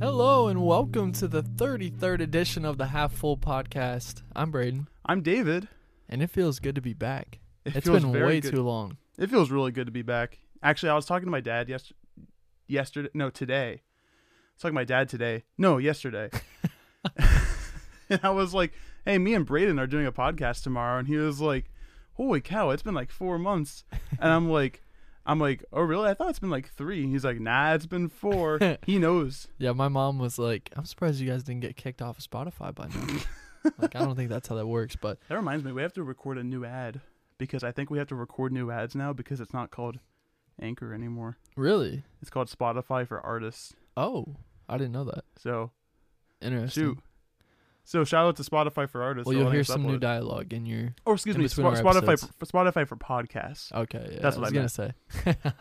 Hello and welcome to the 33rd edition of the Half Full Podcast. I'm Braden, I'm David. and it feels good to be back. It It has feels been very way good. too long. It feels really good to be back. Actually, I was talking to my dad yes- yesterday. No, today. I was talking to my dad today. No, yesterday. and I was like, "Hey, me and Braden are doing a podcast tomorrow," and he was like, "Holy cow! It's been like four months." And I'm like, "I'm like, oh really? I thought it's been like three. And he's like, "Nah, it's been four. he knows. Yeah, my mom was like, I'm surprised you guys didn't get kicked off of Spotify by now. like, I don't think that's how that works, but That reminds me, we have to record a new ad because I think we have to record new ads now because it's not called Anchor anymore. really? It's called Spotify for artists. Oh, I didn't know that. So Interesting. Shoot. So shout out to Spotify for artists. Well, for you'll letting hear us some new upload. dialogue in your. or excuse in me, between Spo- our Spotify episodes. Oh. for, Spotify for podcasts, Okay, yeah, That's I was what I going to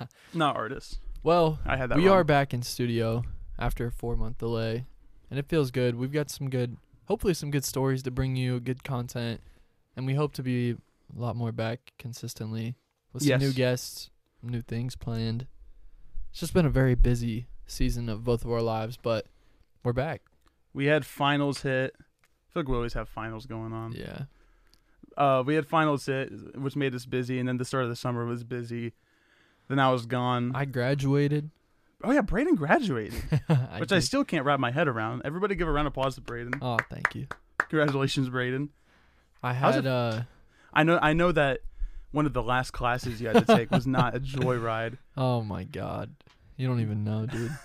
say. not artists. well, I had that. we wrong. are back in studio after a four month delay, and it feels good. We've got some good, hopefully, some good stories to bring you, good content, and we hope to be a lot more back consistently with some new Yes. guests, new things planned. It's just been a very busy season of both of our lives, but we're back. We had finals hit. I feel like we always have finals going on. Yeah. Uh, we had finals hit, which made us busy, and then the start of the summer was busy. Then I was gone. I graduated. oh yeah, Braden graduated, I which I did. still can't wrap my head around. Everybody, give a round of applause to Braden. Oh, thank you. Congratulations, Braden. I How's had it- uh I know. I know that one of the last classes you had to take was not a joyride. Oh my god. You don't even know, dude.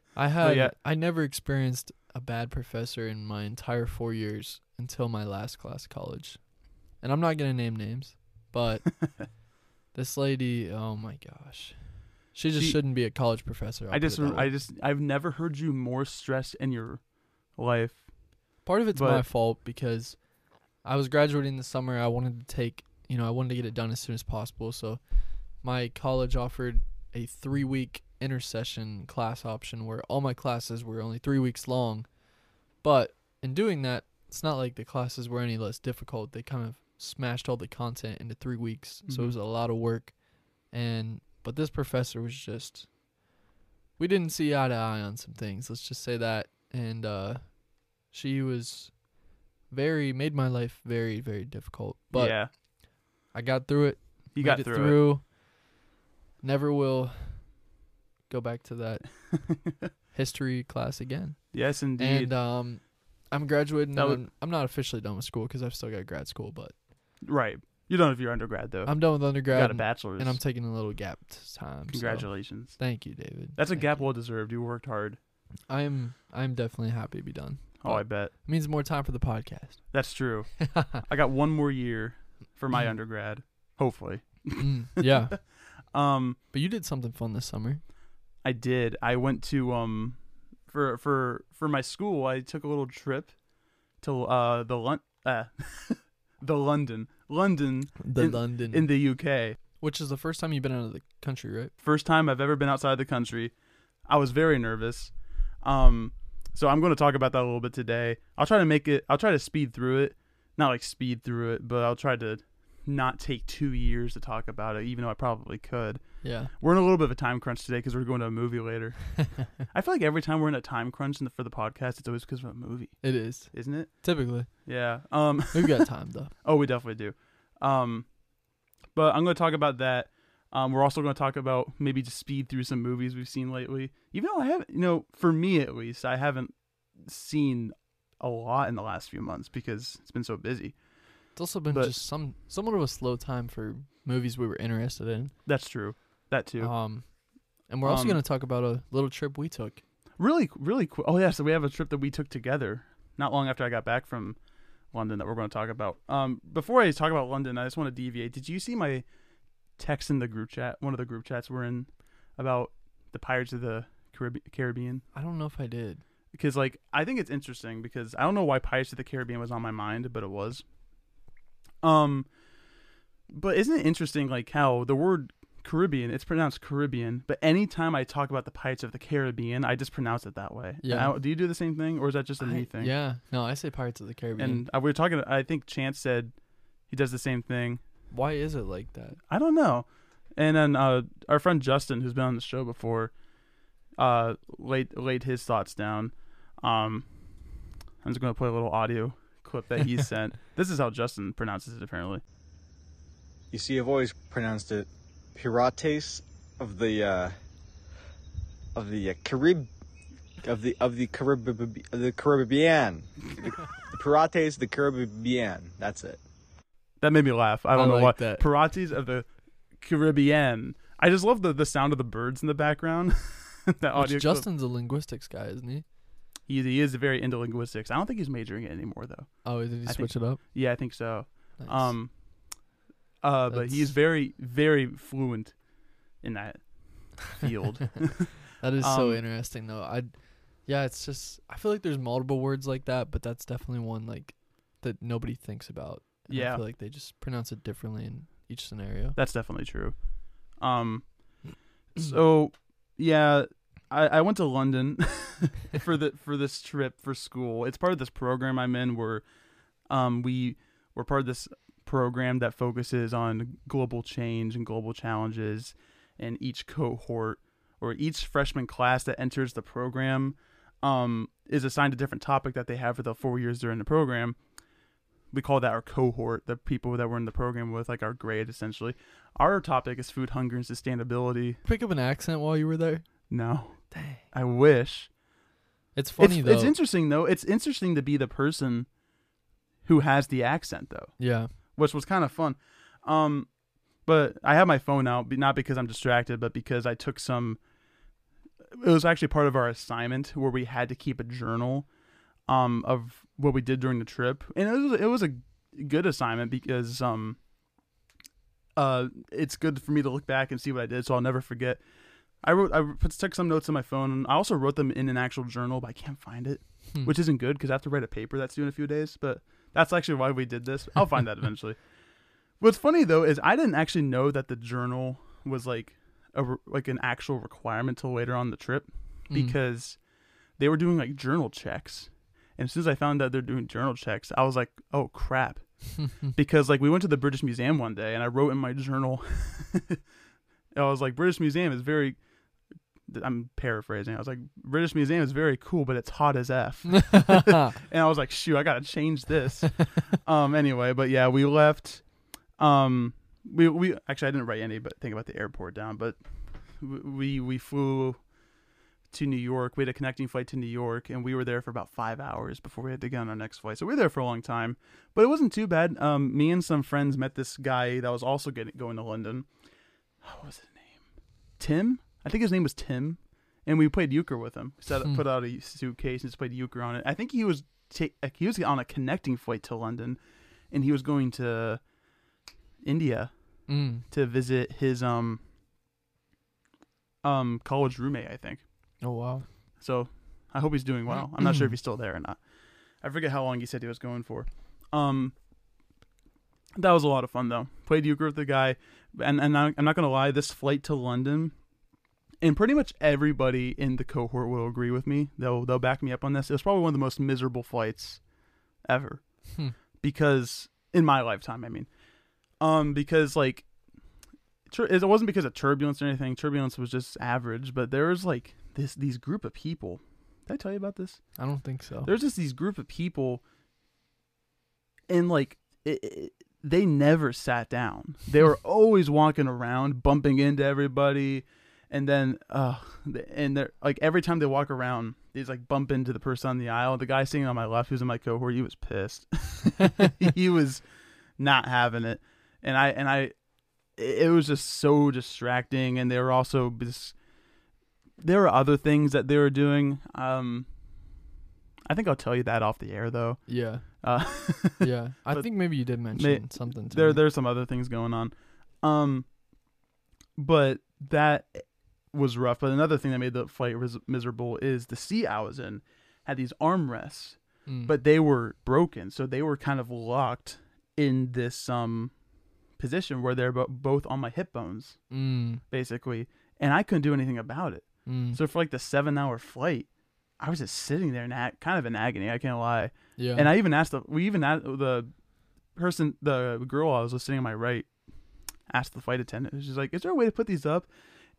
I had yeah. I never experienced a bad professor in my entire 4 years until my last class of college. And I'm not going to name names, but this lady, oh my gosh. She just She- shouldn't be a college professor. I'll I put it just, that way. I just, I've never heard you more stressed in your life. Part of it's But- my fault because I was graduating this summer. I wanted to take, you know, I wanted to get it done as soon as possible. So my college offered a three week intercession class option where all my classes were only three weeks long. But in doing that, it's not like the classes were any less difficult. They kind of smashed all the content into three weeks. So it Mhm. was a lot of work. And, but this professor was just, we didn't see eye to eye on some things. Let's just say that. And, uh, she was very made my life very very difficult but yeah, i got through it you made got it through, never will go back to that it. history class again yes, indeed. and um i'm graduating That and would- I'm, I'm not officially done with school because i've still got grad school but right. You don't have your undergrad though. i'm done with you undergrad got a and- bachelor's. and i'm taking a little gap t- time so Congratulations. thank you david That's a Thank gap you. well deserved. You worked hard. i'm i'm definitely happy to be done Oh, I bet. it means more time for the podcast That's true. I got one more year for Mm-hmm. my undergrad, hopefully. Mm, yeah Um, but you did something fun this summer I did. I went to um, for for for my school. I took a little trip to uh the Lon- uh, the London, London the In- london in the UK. Which is the first time you've been out of the country, right? first time I've ever been outside the country. I was very nervous. Um, so I'm going to talk about that a little bit today. I'll try to make it. I'll try to speed through it, not like speed through it, but I'll try to not take two years to talk about it, even though I probably could. Yeah. We're in a little bit of a time crunch today because we're going to a movie later. I feel like every time we're in a time crunch in the, for the podcast, it's always because of a movie, It is. isn't it? Typically. Yeah. Um. We've got time though. Oh, we definitely do. Um, but I'm going to talk about that. Um, we're also going to talk about maybe just speed through some movies we've seen lately. Even though I haven't, you know, for me at least, I haven't seen a lot in the last few months because it's been so busy. It's also been But- just some somewhat of a slow time for movies we were interested in. That's true. That too. Um and we're also Um, gonna talk about a little trip we took. really, really cool. Oh yeah, so we have a trip that we took together not long after I got back from London that we're going to talk about. Um, before I talk about London, I just want to deviate. Did you see my text in the group chat? One of the group chats we're in about the Pirates of the Carib- Caribbean I don't know if I did. because like I think it's interesting because I don't know why Pirates of the Caribbean was on my mind, but it was. Um, but isn't it interesting like how the word Caribbean. It's pronounced Caribbean, but anytime I talk about the Pirates of the Caribbean, I just pronounce it that way. Yeah. Now, do you do the same thing, or is that just a me I- thing? Yeah. No, I say Pirates of the Caribbean. And uh, we were talking. I think Chance said he does the same thing. Why is it like that? I don't know. And then uh, our friend Justin, who's been on the show before, uh, laid laid his thoughts down. Um, I'm just gonna play a little audio clip that he sent. This is how Justin pronounces it, apparently. You see, I've always pronounced it pirates of the uh, of the uh, Carib of the of the Carib of the Caribbean. The pirates of the Caribbean. That's it. That made me laugh. I don't know like why. that. Pirates of the Caribbean. I just love the the sound of the birds in the background. that audio. Which clip. Justin's a linguistics guy, isn't he? He, he is very into linguistics. I don't think he's majoring in it anymore though. Oh, did he I think- switch it up? Yeah, I think so. Nice. Um, uh, but he's That's- very, very fluent in that field. that is so um, interesting, though. I, yeah, it's just I feel like there's multiple words like that, but that's definitely one like that nobody thinks about. And I Yeah. feel like they just pronounce it differently in each scenario. That's definitely true. Um, so yeah, I, I went to London for the for this trip for school. It's part of this program I'm in where, um, we we're part of this program that focuses on global change and global challenges, and each cohort or each freshman class that enters the program, um, is assigned a different topic that they have for the four years they're in the program. We call that our cohort, the people that we're in the program with, like our grade essentially. Our topic is food, hunger, and sustainability. Pick up an accent while you were there. No, Dang, I wish. it's funny it's, though. it's interesting though. It's interesting to be the person who has the accent though, yeah, which was kind of fun. Um, but I have my phone out, be- not because I'm distracted, but because I took some. It was actually part of our assignment where we had to keep a journal, um, of what we did during the trip, and it was it was a good assignment because um, uh, it's good for me to look back and see what I did, so I'll never forget. I wrote, I put, took some notes on my phone. And I also wrote them in an actual journal, but I can't find it, Hmm. which isn't good because I have to write a paper that's due in a few days. But that's actually why we did this. I'll find that eventually. What's funny though is I didn't actually know that the journal was like a re- like an actual requirement till later on the trip Mm. because they were doing like journal checks. And as soon as I found out they're doing journal checks, I was like, oh crap. because like we went to the British Museum one day and I wrote in my journal, I was like, British Museum is very, I'm paraphrasing. I was like, British Museum is very cool, but it's hot as F. and I was like, shoot, I gotta change this. um, anyway, but yeah, we left. Um, we we actually I didn't write any, but think about the airport down. But w- we we flew to New York. We had a connecting flight to New York, and we were there for about five hours before we had to get on our next flight. So we were there for a long time, but it wasn't too bad. Um, me and some friends met this guy that was also getting going to London. What was his name? Tim. I think his name was Tim. And we played euchre with him. Set up, Hmm. put out a suitcase and just played euchre on it. I think he was ta- like, he was on a connecting flight to London, and he was going to India Mm. to visit his um um college roommate, I think. Oh wow. So I hope he's doing well. I'm not sure if he's still there or not. I forget how long he said he was going for. Um, that was a lot of fun though. Played euchre with the guy, and and I, I'm not gonna lie, this flight to London, and pretty much everybody in the cohort will agree with me. They'll they'll back me up on this. It was probably one of the most miserable flights ever, Hmm. because in my lifetime, I mean, um, because like. tur- It wasn't because of turbulence or anything. Turbulence was just average, but there was like this these group of people. Did I tell you about this? I don't think so. There's just these group of people, and like it, it, they never sat down. They were always walking around, bumping into everybody, and then uh, th- and they're like every time they walk around, they just like bump into the person on the aisle. The guy sitting on my left, who's in my cohort, he was pissed. he was not having it, and I and I, it it was just so distracting. And they were also just there were other things that they were doing. Um, I think I'll tell you that off the air though. yeah. Uh, Yeah. I But think maybe you did mention something to there me. there's some other things going on, um, but that was rough. But another thing that made the flight ris- miserable is the seat I was in had these armrests Mm. but they were broken so they were kind of locked in this um position where they're bo- both on my hip bones, Mm, basically, and I couldn't do anything about it. mm, So for like the seven hour flight, I was just sitting there in ag- kind of in agony. I can't lie. yeah. And I even asked the we even asked the person the girl I was listening on my right asked the flight attendant. She's like, "Is there a way to put these up?"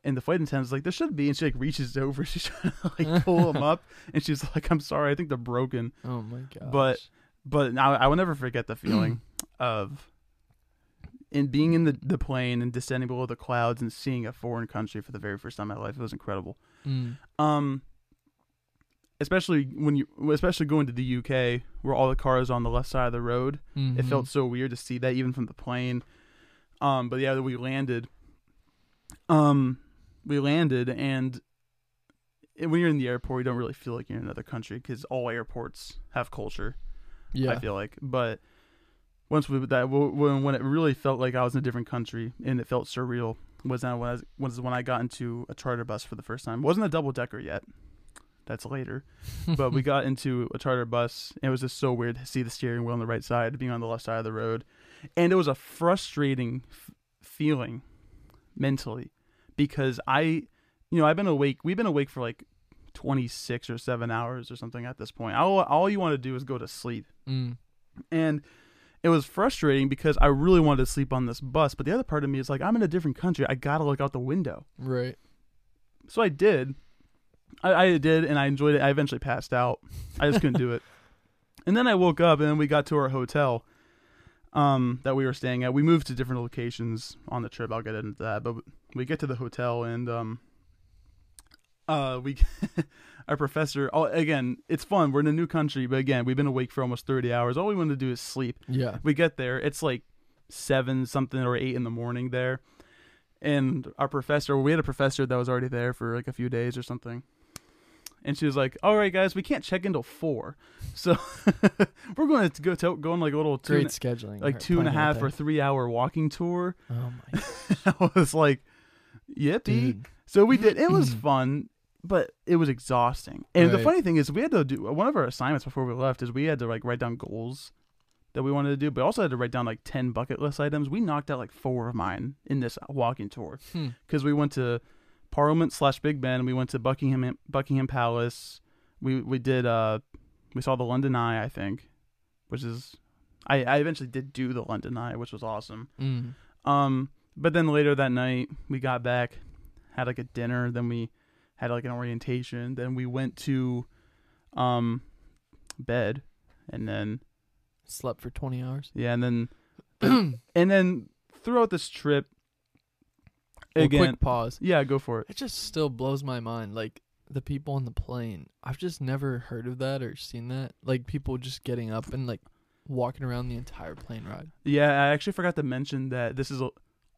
And the flight attendant's like, "There should be." And she like reaches over, she's trying to like pull them up, and she's like, "I'm sorry, I think they're broken." oh my god. but- But now I will never forget the feeling of in being in the, the plane and descending below the clouds and seeing a foreign country for the very first time in my life. It was incredible. mm, Um, especially when you, especially going to the UK where all the cars on the left side of the road. It mhm. felt so weird to see that even from the plane. Um, but yeah, we landed. Um, we landed, and and when you're in the airport, you don't really feel like you're in another country because all airports have culture. Mm-hmm. yeah. I feel like, but once we that when when it really felt like I was in a different country and it felt surreal was that when I was, was when I got into a charter bus for the first time. It wasn't a double decker yet. That's later. But we got into a charter bus and it was just so weird to see the steering wheel on the right side being on the left side of the road. And it was a frustrating f- feeling mentally because I you know, I've been awake. We've been awake for like 26 or 7 hours or something at this point. All all you want to do is go to sleep mm, and it was frustrating because I really wanted to sleep on this bus, but the other part of me is like, I'm in a different country. I gotta look out the window. right. So I did. I, I did, and I enjoyed it. I eventually passed out. I just couldn't do it. And then I woke up, and then we got to our hotel um, that we were staying at. We moved to different locations on the trip. I'll get into that, but we get to the hotel, and um, uh, we our professor. Oh, again, it's fun. We're in a new country, but again, we've been awake for almost thirty hours. All we wanted to do is sleep. Yeah. We get there. It's like seven something or eight in the morning there. And our professor, we had a professor that was already there for like a few days or something. And she was like, "All right, guys, we can't check until four, so we're going to go to, go on like a little two, Great and- scheduling. like right, two and a planning out half or that. three hour walking tour." Oh my I was like, "Yippee!" dude. So we did. It was fun, but it was exhausting. And the Right. funny thing is, we had to do one of our assignments before we left is we had to like write down goals that we wanted to do, but also had to write down like ten bucket list items. We knocked out like four of mine in this walking tour Hmm. because we went to Parliament slash Big Ben. We went to Buckingham Buckingham Palace. We we did uh we saw the London Eye, I think, which is I I eventually did do the London Eye, which was awesome. Mm, Um, but then later that night, we got back, had like a dinner, then we had like an orientation, then we went to um bed, and then slept for 20 hours. yeah, and then and then throughout this trip Well, again, quick pause. yeah, go for it. It just still blows my mind. Like the people on the plane, I've just never heard of that or seen that. Like people just getting up and like walking around the entire plane ride. Yeah, I actually forgot to mention that this is a,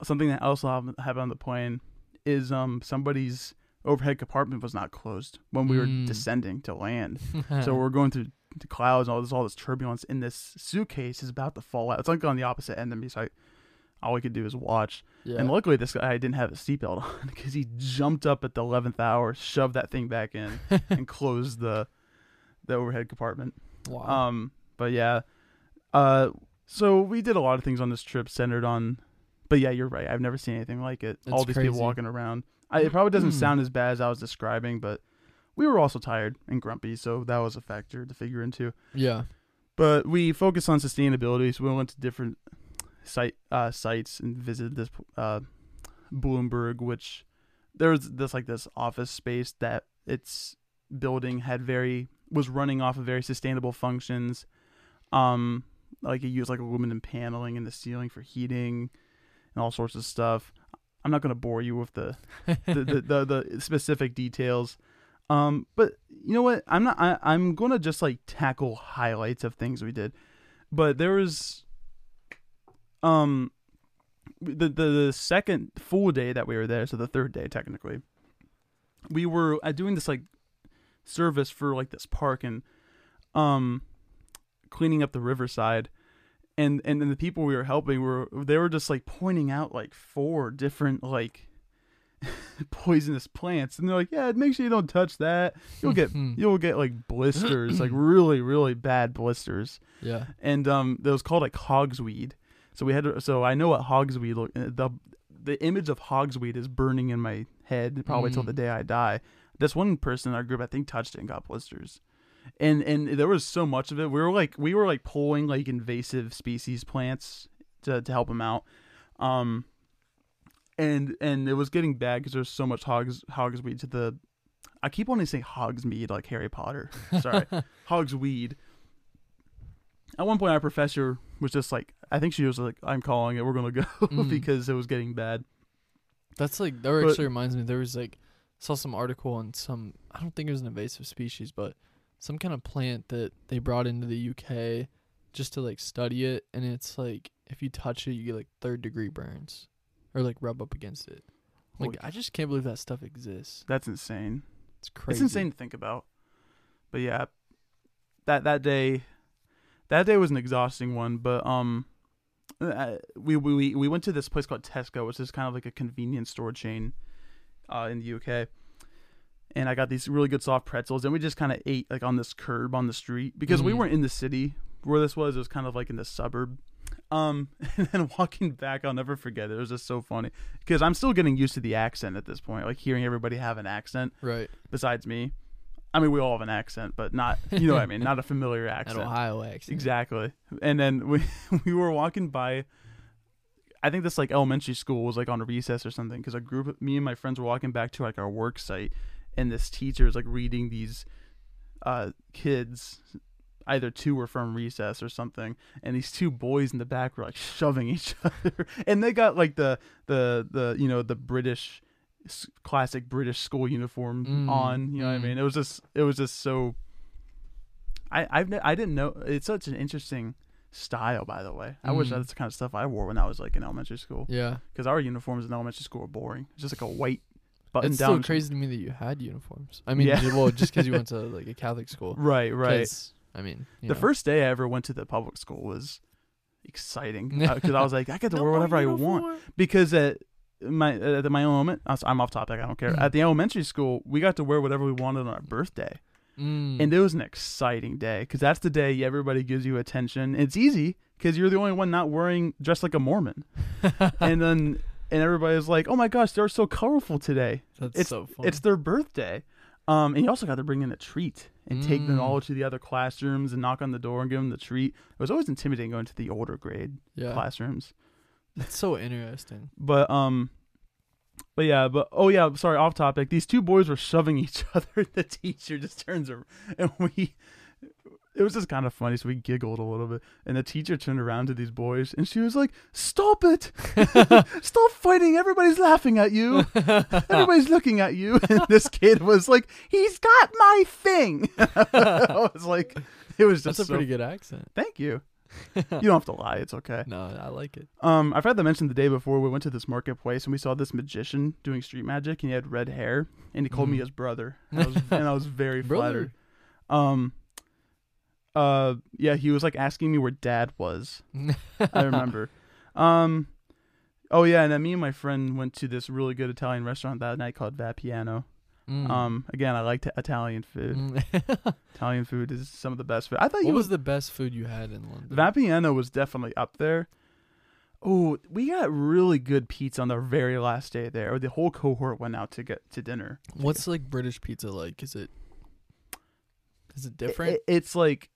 something that also hap- happened on the plane is um somebody's overhead compartment was not closed when we were Mm. descending to land. so we're going through the clouds and all this all this turbulence and this suitcase is about to fall out it's like on the opposite end of me so I, all we could do is watch yeah. and luckily this guy didn't have a seatbelt on because he jumped up at the 11th hour shoved that thing back in and closed the the overhead compartment wow. um but yeah uh so we did a lot of things on this trip centered on but yeah you're right i've never seen anything like it It's all these people crazy. Hmm. walking around I, it probably doesn't sound as bad as i was describing but we were also tired and grumpy so that was a factor to figure into yeah. but we focused on sustainability so we went to different site uh sites and visited this uh bloomberg which there's this like this office space that its building had very was running off of very sustainable functions um like it used like aluminum paneling in the ceiling for heating and all sorts of stuff i'm not going to bore you with the the, the, the, the specific details. Um, but you know what? I'm not. I, I'm gonna just like tackle highlights of things we did. But there was, um, the the, the second full day that we were there, so the third day technically, we were uh, doing this like service for like this park and um cleaning up the riverside and and then the people we were helping were they were just like pointing out like four different like poisonous plants and they're like yeah make sure you don't touch that you'll get Hmm. Mm. you'll get like blisters like really really bad blisters yeah. and um that was called like hogsweed So we had to, so I know what hogsweed look eh, the the image of hogsweed is burning in my head probably till Mm. the day I die. This one person in our group I think touched it and got blisters. And and there was so much of it. We were like we were like pulling like invasive species plants to to help him out. Um and and it was getting bad because there's so much hogs hogsweed to the I keep wanting to say hogsmead like Harry Potter. Sorry. hogsweed at one point our professor was just like i think she was like i'm calling it we're gonna go Mm. because it was getting bad That's like that But- actually reminds me. There was like saw some article on some. I don't think it was an invasive species, but some kind of plant that they brought into the UK just to like study it, and it's like if you touch it, you get like third degree burns, or like rub up against it. Like Holy I just can't believe that stuff exists. that's insane It's crazy. it's insane to think about but yeah that that day that day was an exhausting one but um I- we we- we we went to this place called tesco which is kind of like a convenience store chain uh in the uk and i got these really good soft pretzels and we just kind of ate like on this curb on the street because we Mhm. weren't in the city where this was it was kind of like in the suburb um and then walking back i'll never forget it it was just so funny because i'm still getting used to the accent at this point like hearing everybody have an accent Right. besides me. I mean, we all have an accent, but not you know what I mean, not a familiar An accent. Ohio accent. Exactly. And then we we were walking by. I think this like elementary school was like on recess or something because a group, of- me and my friends were walking back to like our work site, and this teacher is like reading these, uh, kids, either two were from recess or something, and these two boys in the back were like shoving each other, and they got like the the the you know the British, s- classic British school uniform Mm, on, you know what I mm. mean? It was just it was just so I I've ne- I didn't know it's such an interesting style. By the way, I wish Mhm. that's the kind of stuff I wore when I was like in elementary school Yeah. because our uniforms in elementary school were boring. It's just like a white button It's down. still crazy to me that you had uniforms. I mean, Yeah. ju- well, just because you went to like a Catholic school. Right, right. 'Cause, I mean, you The know. first day I ever went to the public school was exciting because I was like, I get to No wear more whatever I want. uniform. because at my at my own moment, I'm off topic. I don't Mm. care. At the elementary school, we got to wear whatever we wanted on our birthday, Mm. and it was an exciting day because that's the day everybody gives you attention. It's easy because you're the only one not wearing dressed like a Mormon, and then and everybody's like, "Oh my gosh, they're so colorful today! That's so fun. It's their birthday." Um, and you also got to bring in a treat and take them Mm. all to the other classrooms and knock on the door and give them the treat. It was always intimidating going to the older grade yeah. classrooms. It's so interesting. But um but yeah, but oh yeah, sorry, off topic. These two boys were shoving each other. The teacher just turns around and we it was just kind of funny, so we giggled a little bit. And the teacher turned around to these boys and she was like, Stop it! Stop fighting, everybody's laughing at you. Everybody's looking at you. And this kid was like, He's got my thing. I was like it was just That's a so- pretty good accent. thank you. You don't have to lie, it's okay. No, I like it. Um, I forgot to mention the day before we went to this marketplace and we saw this magician doing street magic and he had red hair and he called me Mhm. his brother. And I was, and I was very Brother. flattered. Um, uh, yeah, he was like asking me where dad was. I remember. um, oh yeah, and then me and my friend went to this really good Italian restaurant that night called Va Piano. Mm. Um, again, I liked Italian food. Mm. Italian food is some of the best food. I thought you what would was the best food you had in London? Vapiano was definitely up there. Oh, we got really good pizza on our very last day there. The whole cohort went out to get to dinner. What's like British pizza like? Is it is it different? It- it's like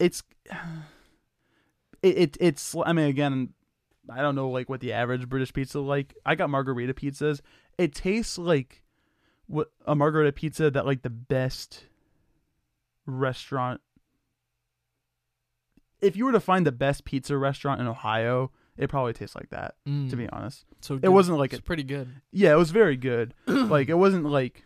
it's it, it it's I mean again, I don't know like what the average British pizza like. I got margarita pizzas. It tastes like what a margarita pizza that like the best restaurant if you were to find the best pizza restaurant in Ohio, it probably tastes like that, to Mm. be honest. so It wasn't like it's a pretty good. yeah, it was very good. like it wasn't like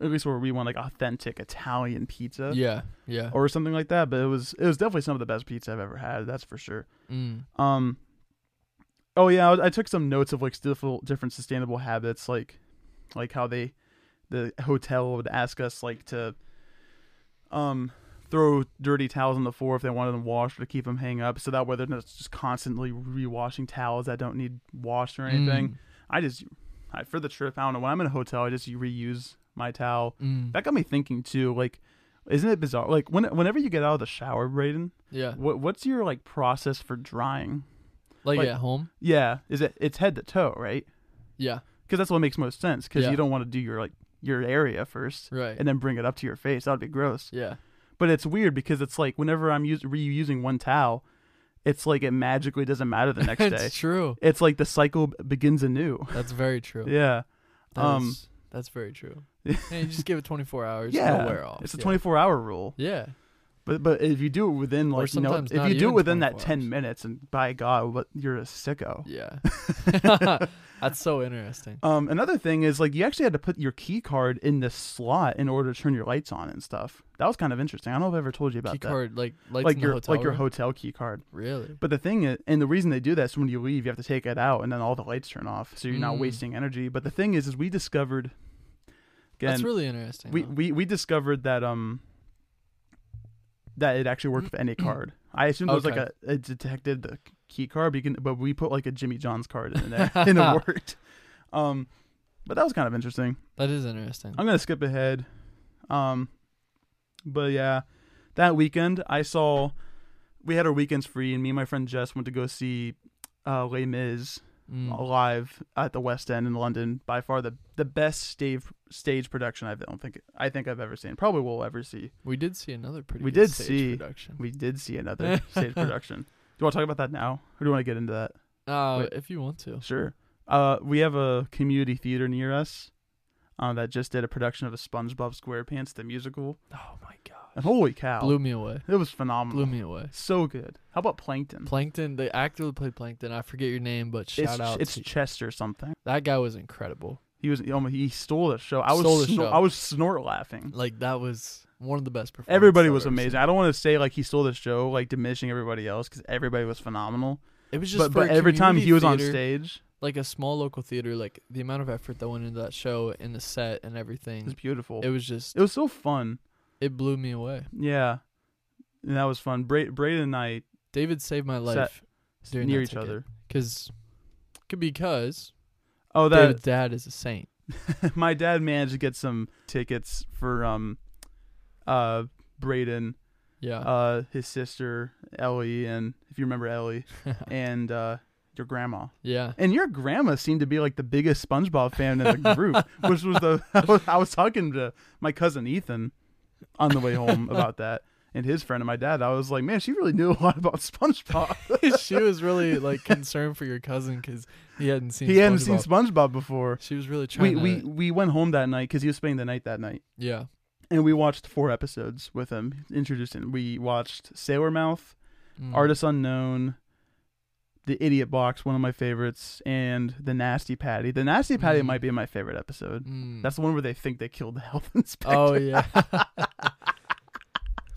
at least where we want like authentic Italian pizza yeah, yeah. or something like that. But it was it was definitely some of the best pizza I've ever had. That's for sure. mm. Um. Oh yeah, I, I took some notes of like different different sustainable habits, like like how they the hotel would ask us like to um throw dirty towels on the floor if they wanted them washed or to keep them hang up, so that way they're not just constantly rewashing towels that don't need washed or anything. I just I, for the trip, I don't know when I'm in a hotel, I just reuse my towel Mm. Mm. that got me thinking too like Isn't it bizarre? Like when whenever you get out of the shower, Braden, Yeah. what what's your like process for drying? Like, Like- at home. Yeah, is it it's head to toe, right? Yeah. Because that's what makes most sense. Because Yeah. you don't want to do your like your area first, Right. and then bring it up to your face. That'd be gross. yeah. But it's weird because it's like whenever I'm us- reusing one towel, it's like it magically doesn't matter the next day. That's true. It's like the cycle b- begins anew. That's very true. Yeah. That um, is- that's very true. and you just give it 24 hours. yeah. It'll wear off. It's a yeah. 24 hour rule. Yeah. But but if you do it within like you know sometimes if not you do it even within that 24 10 hours. minutes and by God what you're a sicko. Yeah. that's so interesting. Um, another thing is like you actually had to put your key card in this slot in order to turn your lights on and stuff. That was kind of interesting. I don't know if I ever told you about Key that. card like lights like in your the hotel like your room? hotel key card. Really? But the thing is, and the reason they do that is when you leave, you have to take it out, and then all the lights turn off, so you're not Mm. wasting energy. But the thing is, is we discovered again, That's really interesting. we, though. we we discovered that um that it actually worked with any card. I assume it was like Okay. a it detected the key card, but you can but we put like a Jimmy John's card in there, and it worked. Um, but that was kind of interesting. that is interesting. I'm gonna skip ahead. Um, but yeah, that weekend I saw we had our weekends free, and me and my friend Jess went to go see uh, Les Mis Mm. live at the West End in London. By far the the best stage stage production I don't think I think I've ever seen. Probably will ever see. We did see another pretty We good did stage see- production. We did see another stage production. Do you want to talk about that now, or do you want to get into that? Uh, Wait. if you want to. Sure. Uh, we have a community theater near us. Uh, that just did a production of a SpongeBob SquarePants the musical, Oh my god. and holy cow! Blew me away. It was phenomenal. Blew me away. So good. How about Plankton? Plankton, the actor who played Plankton, I forget your name, but shout Mm. it's out it's to- Chester something. that guy was incredible. He was oh my- he stole the show. I was Stole the snor- show. I was snort laughing. Like that was one of the best performances. Everybody I've was ever seen. amazing. I don't want to say like he stole the show, like diminishing everybody else, because everybody was phenomenal. It was just But for but a every time community he was on theater, stage, like a small local theater, like the amount of effort that went into that show and the set and it was everything, beautiful. it was just It was so fun. it blew me away. Yeah, and that was fun. Bra- Braden and I David saved my Set life during near that each ticket. other. because because Oh, that David's dad is a saint. my dad managed to get some tickets for um, uh, Braden, Yeah, uh, his sister Ellie, and if you remember Ellie, and uh, your grandma. yeah. And your grandma seemed to be like the biggest SpongeBob fan in the group, which was the I was, I was talking to my cousin Ethan on the way home about that, and his friend and my dad. I was like, man, she really knew a lot about SpongeBob. she was really like concerned for your cousin because he hadn't seen. he hadn't seen SpongeBob. SpongeBob before. She was really trying. We, to, we we went home that night because he was spending the night that night, yeah. and we watched four episodes with him. Introduced him. We watched Sailor Mouth, Mm. Artist Unknown, The Idiot Box, one of my favorites, and The Nasty Patty. The Nasty Patty Mm. might be my favorite episode. Mm. That's the one where they think they killed the health inspector. Oh yeah.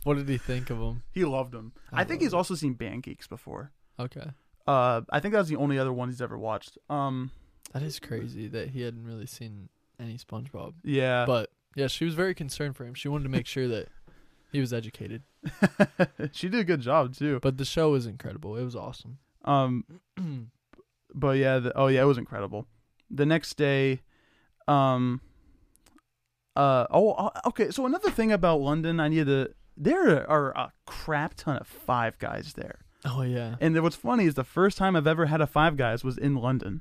what did he think of him? He loved them. I, I think love he's it. also seen Band Geeks before. Okay, Uh, I think that was the only other one he's ever watched. Um, that is crazy that he hadn't really seen any SpongeBob. yeah, But yeah, she was very concerned for him. She wanted to make sure that he was educated. she did a good job too. But the show was incredible. It was awesome. Um, but yeah, the, oh yeah, it was incredible. The next day, um, uh, oh, uh, okay. So another thing about London, I need to. There are a crap ton of Five Guys there, oh yeah. and then what's funny is the first time I've ever had a Five Guys was in London,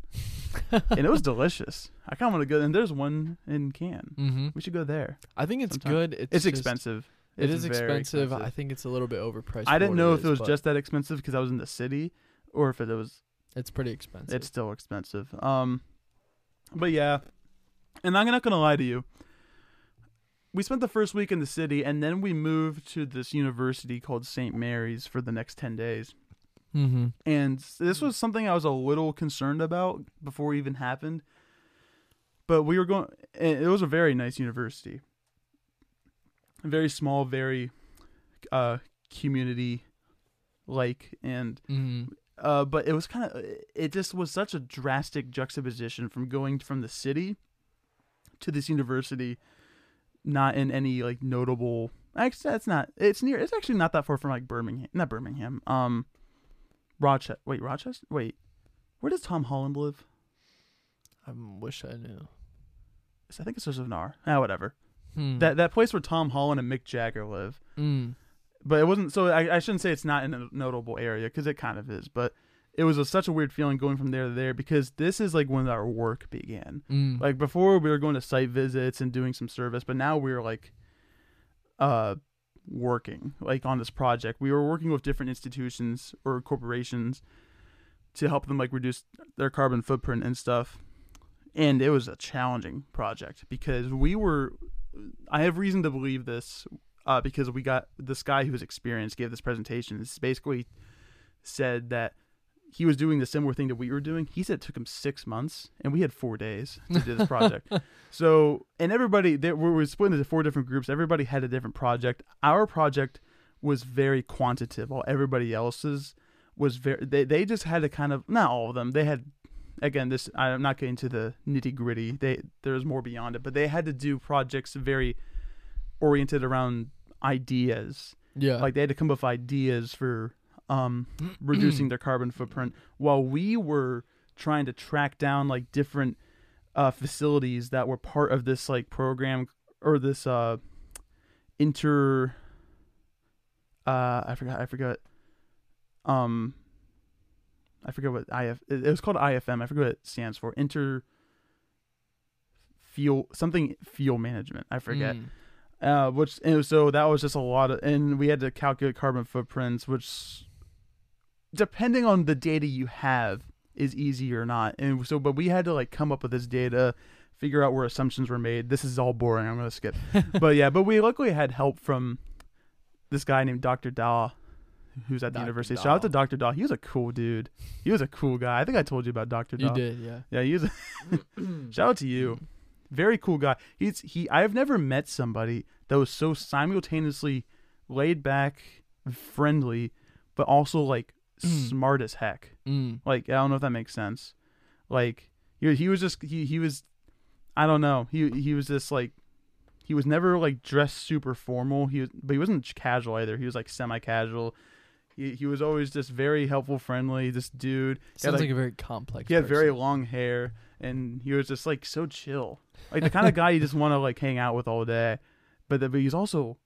and it was delicious. I kind of want to go. And there's one in Cannes. mm-hmm. We should go there. I think it's Sometimes- good. It's, It's, just- expensive. It It's is very expensive. I think it's a little bit overpriced. I for didn't what know if is, it was but just that expensive because I was in the city, or if it was It's pretty expensive. it's still expensive. Um, but yeah, and I'm not gonna lie to you. We spent the first week in the city, and then we moved to this university called St. Mary's for the next ten days. mm-hmm. And this was something I was a little concerned about before it even happened. But we were going. and It was a very nice university, very small, very uh, community like, and Mm-hmm. uh, but it was kind of it just was such a drastic juxtaposition from going from the city to this university not in any like notable actually that's not it's near it's actually not that far from like birmingham not birmingham um rochester wait rochester wait where does tom holland live I wish I knew. It's- i think it's just an r ah whatever Hmm. That that place where Tom Holland and Mick Jagger live. Mm. But it wasn't so I, I shouldn't say it's not in a notable area cuz it kind of is, but it was a, such a weird feeling going from there to there because this is like when our work began. Mm. Like before we were going to site visits and doing some service, but now we were like uh working like on this project. We were working with different institutions or corporations to help them like reduce their carbon footprint and stuff. And it was a challenging project because we were I have reason to believe this uh, because we got this guy who was experienced gave this presentation. It's basically said that he was doing the similar thing that we were doing. He said it took him six months, and we had four days to do this project. so, and everybody, there, we were split into four different groups. Everybody had a different project. Our project was very quantitative, while everybody else's was very. They they just had to kind of not all of them. They had again this. I'm not getting to the nitty gritty. They there's more beyond it, but they had to do projects very oriented around ideas yeah. like they had to come up with ideas for um reducing their carbon footprint while we were trying to track down like different uh facilities that were part of this like program or this uh inter uh I forgot I forgot um I forget what IF it it was called IFM I forget what it stands for inter fuel something fuel management I forget Mm. uh, which and so that was just a lot of, and we had to calculate carbon footprints, which depending on the data you have is easy or not. And so, but we had to like come up with this data, figure out where assumptions were made. This is all boring. I'm gonna skip. but yeah, but we luckily had help from this guy named Dr. Daw, who's at the Dr. university. Daw. Shout out to Dr. Daw. He was a cool dude. He was a cool guy. I think I told you about Dr. You Daw. did, yeah. Yeah, he was. A shout out to you. Very cool guy. He's he. I have never met somebody that was so simultaneously laid back, friendly, but also like smart as heck. Mm. Like I don't know if that makes sense. Like he he was just he he was, I don't know. He he was just like. He was never like dressed super formal. He was, but he wasn't casual either. He was like semi casual. He, he was always just very helpful, friendly. This dude He had, Sounds like, a very complex. he had very person. long hair, and he was just like so chill, like the kind of guy you just want to like hang out with all day. But, the, but he's also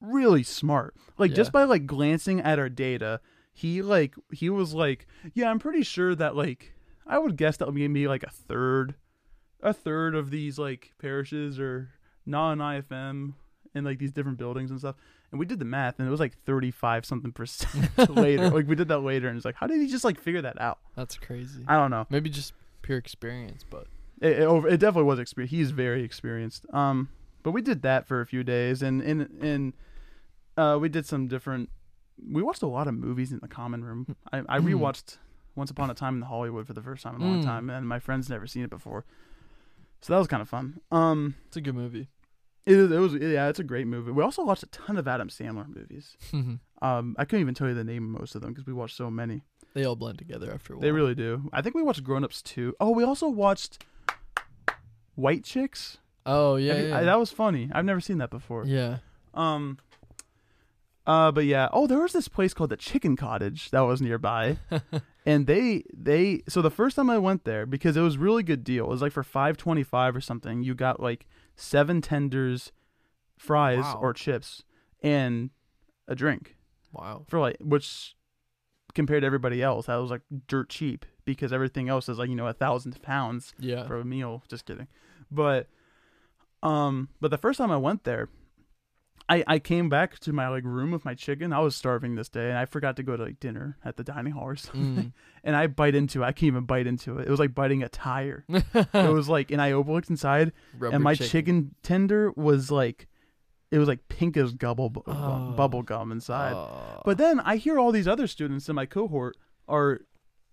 really smart. Like Yeah. just by like glancing at our data, he like he was like, yeah, I'm pretty sure that like I would guess that would be like a third, a third of these like parishes or non IFM and like these different buildings and stuff. And we did the math, and it was like 35 something percent later. Like we did that later, and it's like, how did he just like figure that out? That's crazy. I don't know. Maybe just pure experience, but it, it, over, it definitely was experience. He's very experienced. Um, but we did that for a few days, and and and uh, we did some different. We watched a lot of movies in the common room. I, I rewatched Once Upon a Time in Hollywood for the first time in a long Mm. time, and my friends never seen it before, so that was kind of fun. Um, it's a good movie. it, is- it was yeah, it's a great movie. We also watched a ton of Adam Sandler movies. Um, I couldn't even tell you the name of most of them because we watched so many. they all blend together after a while. They really do. I think we watched Grown Ups too. Oh, we also watched White Chicks. Oh yeah, Have you- yeah. I- that was funny. I've never seen that before. yeah. Um, uh, but yeah. Oh, there was this place called the Chicken Cottage that was nearby, and they they so the first time I went there because it was really good deal. It was like for five twenty five or something. You got like seven tenders, fries Wow. or chips, and a drink Wow. for like which compared to everybody else that was like dirt cheap because everything else is like you know a thousand pounds Yeah. for a meal. Just kidding. But um but the first time I went there, I I came back to my like room with my chicken. I was starving this day and I forgot to go to like dinner at the dining hall or Mm. something. And I bite into it. I can't even bite into it. It was like biting a tire. it was like and I overlooked inside Rubber and my chicken. tender was like it was like pink as gubble bu- Oh. bubble gum inside. Oh. But then I hear all these other students in my cohort are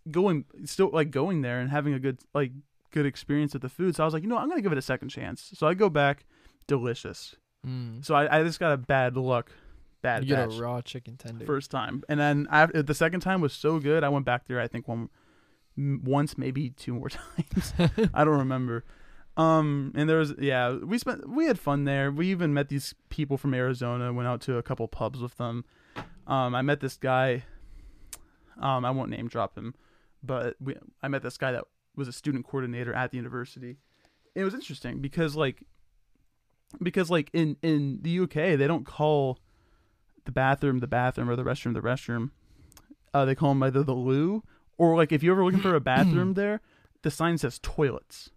going still like going there and having a good like good experience with the food. So I was like, you know, what, I'm gonna give it a second chance. So I go back, delicious. Mm. So I, I just got a bad luck, bad you get batch a raw chicken tender. first time, and then after the second time was so good, I went back there. I think one, m- once maybe two more times. I don't remember. Um, and there was yeah, we spent we had fun there. We even met these people from Arizona. Went out to a couple pubs with them. Um, I met this guy. Um, I won't name drop him, but we I met this guy that was a student coordinator at the university. It was interesting because like because like in in the UK they don't call the bathroom the bathroom or the restroom the restroom. Uh, they call them either the loo or like if you're ever looking for a bathroom there, the sign says toilets,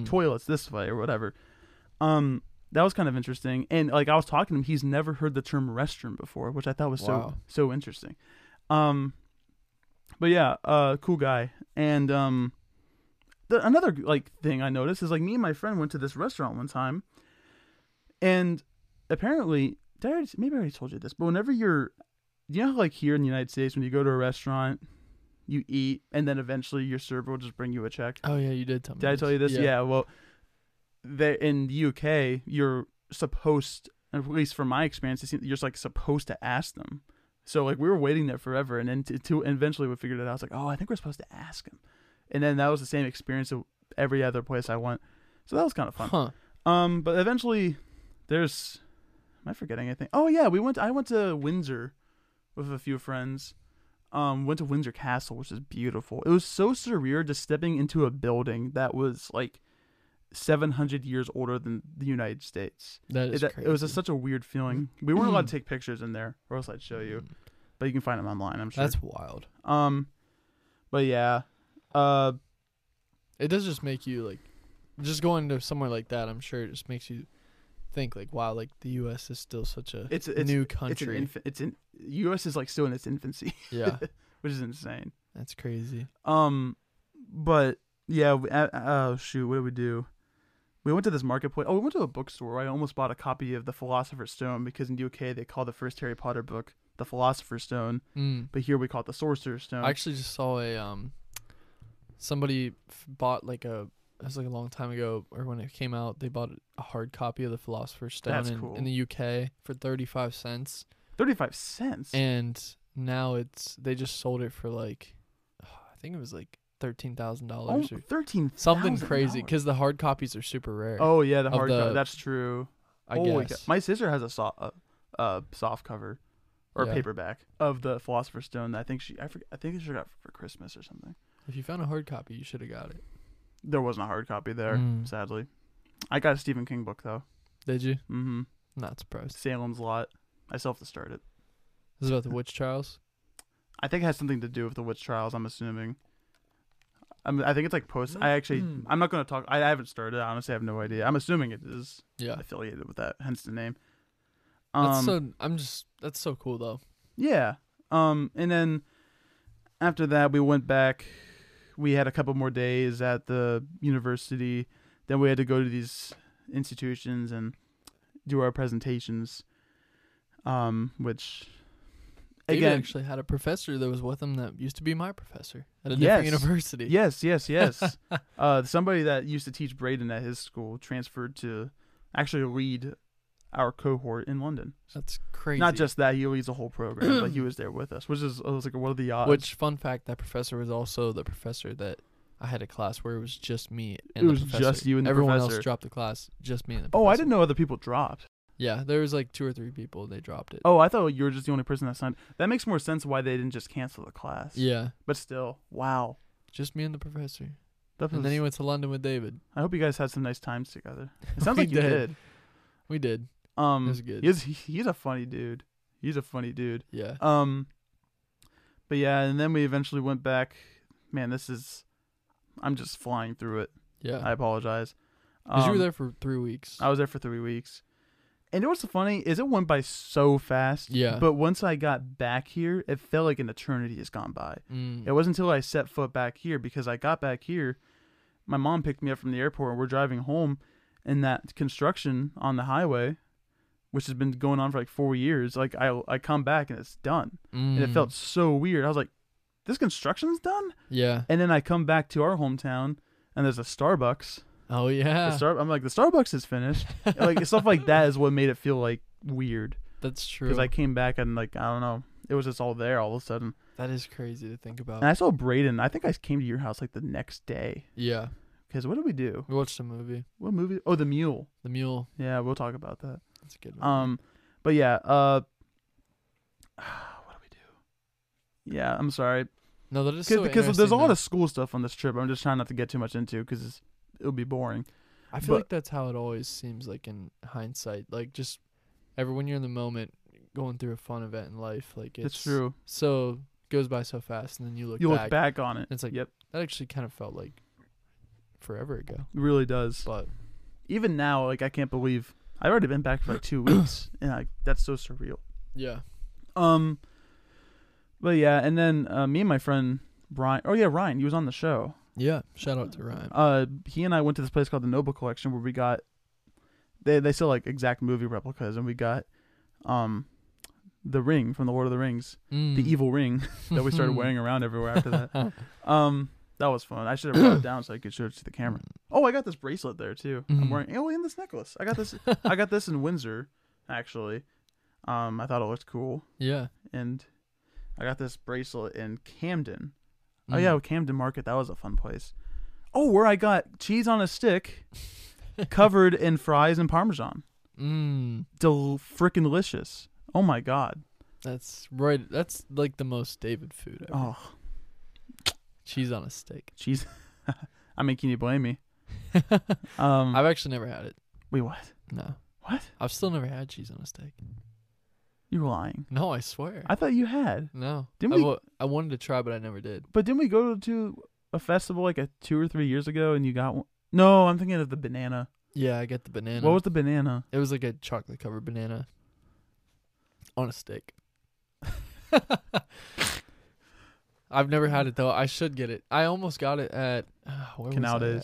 Mm. toilets this way or whatever. Um, that was kind of interesting. And like I was talking to him, he's never heard the term restroom before, which I thought was Wow. so so interesting. Um, but yeah, uh, cool guy. And um, the, another like thing I noticed is like me and my friend went to this restaurant one time, and apparently, did I already- maybe I already told you this, but whenever you're, you know, how, like here in the United States, when you go to a restaurant, you eat, and then eventually your server will just bring you a check. oh yeah, you did tell me. Did I tell you this? Yeah. well, there in the UK, you're supposed, at least from my experience, it seems- you're just like supposed to ask them. So like we were waiting there forever, and then to, to and eventually we figured it out. I was like, oh, I think we're supposed to ask them. And then that was the same experience of every other place I went. So that was kind of fun. Huh. Um, but eventually, there's. Am I forgetting anything? Oh yeah, we went. I went to Windsor with a few friends. Um, went to Windsor Castle, which is beautiful. It was so surreal just stepping into a building that was like 700 years older than the United States. That It, is that- crazy. it was just such a weird feeling. We weren't allowed to take pictures in there, or else I'd show you. But you can find them online, I'm sure. Mm, That's wild. um, but yeah, uh, It does just make you like, just going to somewhere like that. I'm sure it just makes you think like, wow, like the U.S. is still such a it's it's new it's an country. infant. It's in U.S. is like still in its infancy, yeah, which is insane. that's crazy. Um, but yeah, we, uh, oh shoot, what did we do? We went to this marketplace. Oh, we went to a bookstore. I almost bought a copy of the Philosopher's Stone because in the UK they call the first Harry Potter book the Philosopher's Stone, Mm. but here we call it the Sorcerer's Stone. I actually just saw a um, somebody f- bought like a. It was like a long time ago, or when it came out, they bought a hard copy of the Philosopher's Stone That's in, cool. in the UK for thirty-five cents, Thirty-five cents. and now it's they just sold it for like, I think it was like thirteen thousand oh, dollars or thirteen. something crazy because the hard copies are super rare. Oh yeah, the of hard the- cover. That's true. I Holy guess. cow. My sister has a soft, uh, uh, soft cover, or Yeah. paperback of the Philosopher's Stone. That I think she, I, forget, I think she got for Christmas or something. if you found a hard copy, you should have got it. There wasn't a hard copy there, Mm. sadly. I got a Stephen King book though. Did you? Mm-hmm. Not surprised. Salem's Lot. I still have to start it. This is about the witch trials. I think it has something to do with the witch trials. I'm assuming. I'm, I think it's like post. I actually, Mm. I'm not going to talk. I, I haven't started. it. Honestly, I have no idea. I'm assuming it is Yeah. affiliated with that, hence the name. That's Um, so. I'm just. That's so cool though. Yeah. Um, and then after that, we went back. We had a couple more days at the university. Then we had to go to these institutions and do our presentations. Um, which David again, actually had a professor that was with him that used to be my professor at a Yes. different university. yes, yes, yes. uh, somebody that used to teach Braden at his school transferred to actually lead our cohort in London. That's crazy. Not just that he leads a whole program, but he was there with us, which is it was like what are the odds? Which fun fact? That professor was also the professor that I had a class where it was just me and It the was professor. just you and the Everyone professor. else dropped the class. Just me and the. oh, I professor. didn't know other people dropped. Yeah, there was like two or three people. They dropped it. Oh, I thought you were just the only person that signed. That makes more sense why they didn't just cancel the class. Yeah, But still, wow. just me and the professor. That And was- then he went to London with David. I hope you guys had some nice times together. It sounds We like you did. did. We did. Um, It was good. He's he's a funny dude. He's a funny dude. Yeah. Um, but yeah, and then we eventually went back. Man, this is. I'm just flying through it. Yeah. I apologize. Because you Um, were there for three weeks. I was there for three weeks. And it was funny is it went by so fast. Yeah. But once I got back here, it felt like an eternity has gone by. Mm. It wasn't until I set foot back here because I got back here. My mom picked me up from the airport and we're driving home, and that construction on the highway, which has been going on for like four years, like I I come back and it's done, and it Mm. felt so weird. I was like, this construction's done, Yeah. and then I come back to our hometown and there's a Starbucks. Oh The yeah. Star- I'm like, the Starbucks is finished. And, like stuff like that is what made it feel like weird That's true. because I came back and like I don't know, it was just all there all of a sudden. that is crazy to think about. And I saw Braden. I think I came to your house like the next day. yeah. Because what did we do? We watched a movie, What movie? Oh, The Mule. The Mule. Yeah, we'll talk about that. That's a good one. Um, but yeah. Uh, what do we do? Yeah, I'm sorry. no, that is Because so there's a lot interesting, of school stuff on this trip. I'm just trying not to get too much into because it'll be boring. though. I feel But- like that's how it always seems like in hindsight. Like just ever when you're in the moment, going through a fun event in life, like it's It's, true. So goes by so fast, and then you look You back. look back on it. and it's like yep, That actually kind of felt like forever ago, it really does. but Even now, like I can't believe I've already been back for like two weeks, and like that's so surreal. yeah, Um, but yeah, and then uh, me and my friend Brian. Oh yeah, Ryan. He was on the show. yeah. Shout out to Ryan. Uh, he and I went to this place called the Noble Collection where we got they they sell like exact movie replicas, and we got um the ring from the Lord of the Rings, Mm. the evil ring that we started wearing around everywhere after that. Um, that was fun. I should have brought it down so I could show it to the camera. Oh, I got this bracelet there too. I'm Mhm. wearing oh, and this necklace. I got this. I got this in Windsor, actually. Um, I thought it looked cool, yeah. and I got this bracelet in Camden. Oh Mm. yeah, Camden Market. That was a fun place. Oh, where I got cheese on a stick, covered in fries and parmesan. Mm. Del freaking delicious. Oh my god. That's right. That's like the most David food ever. Oh Cheese on a steak. cheese. I mean, can you blame me? I've Um, actually never had it. wait, what? No. What? I've still never had cheese on a steak. You're lying. No, I swear. I thought you had. no. Didn't I we- wa- I wanted to try, but I never did. But didn't we go to a festival like a two or three years ago and you got one? No, I'm thinking of the banana. Yeah, I got the banana. What was the banana? it was like a chocolate covered banana on a steak. I've never had it though. I should get it. I almost got it at uh, where Canal was I Days.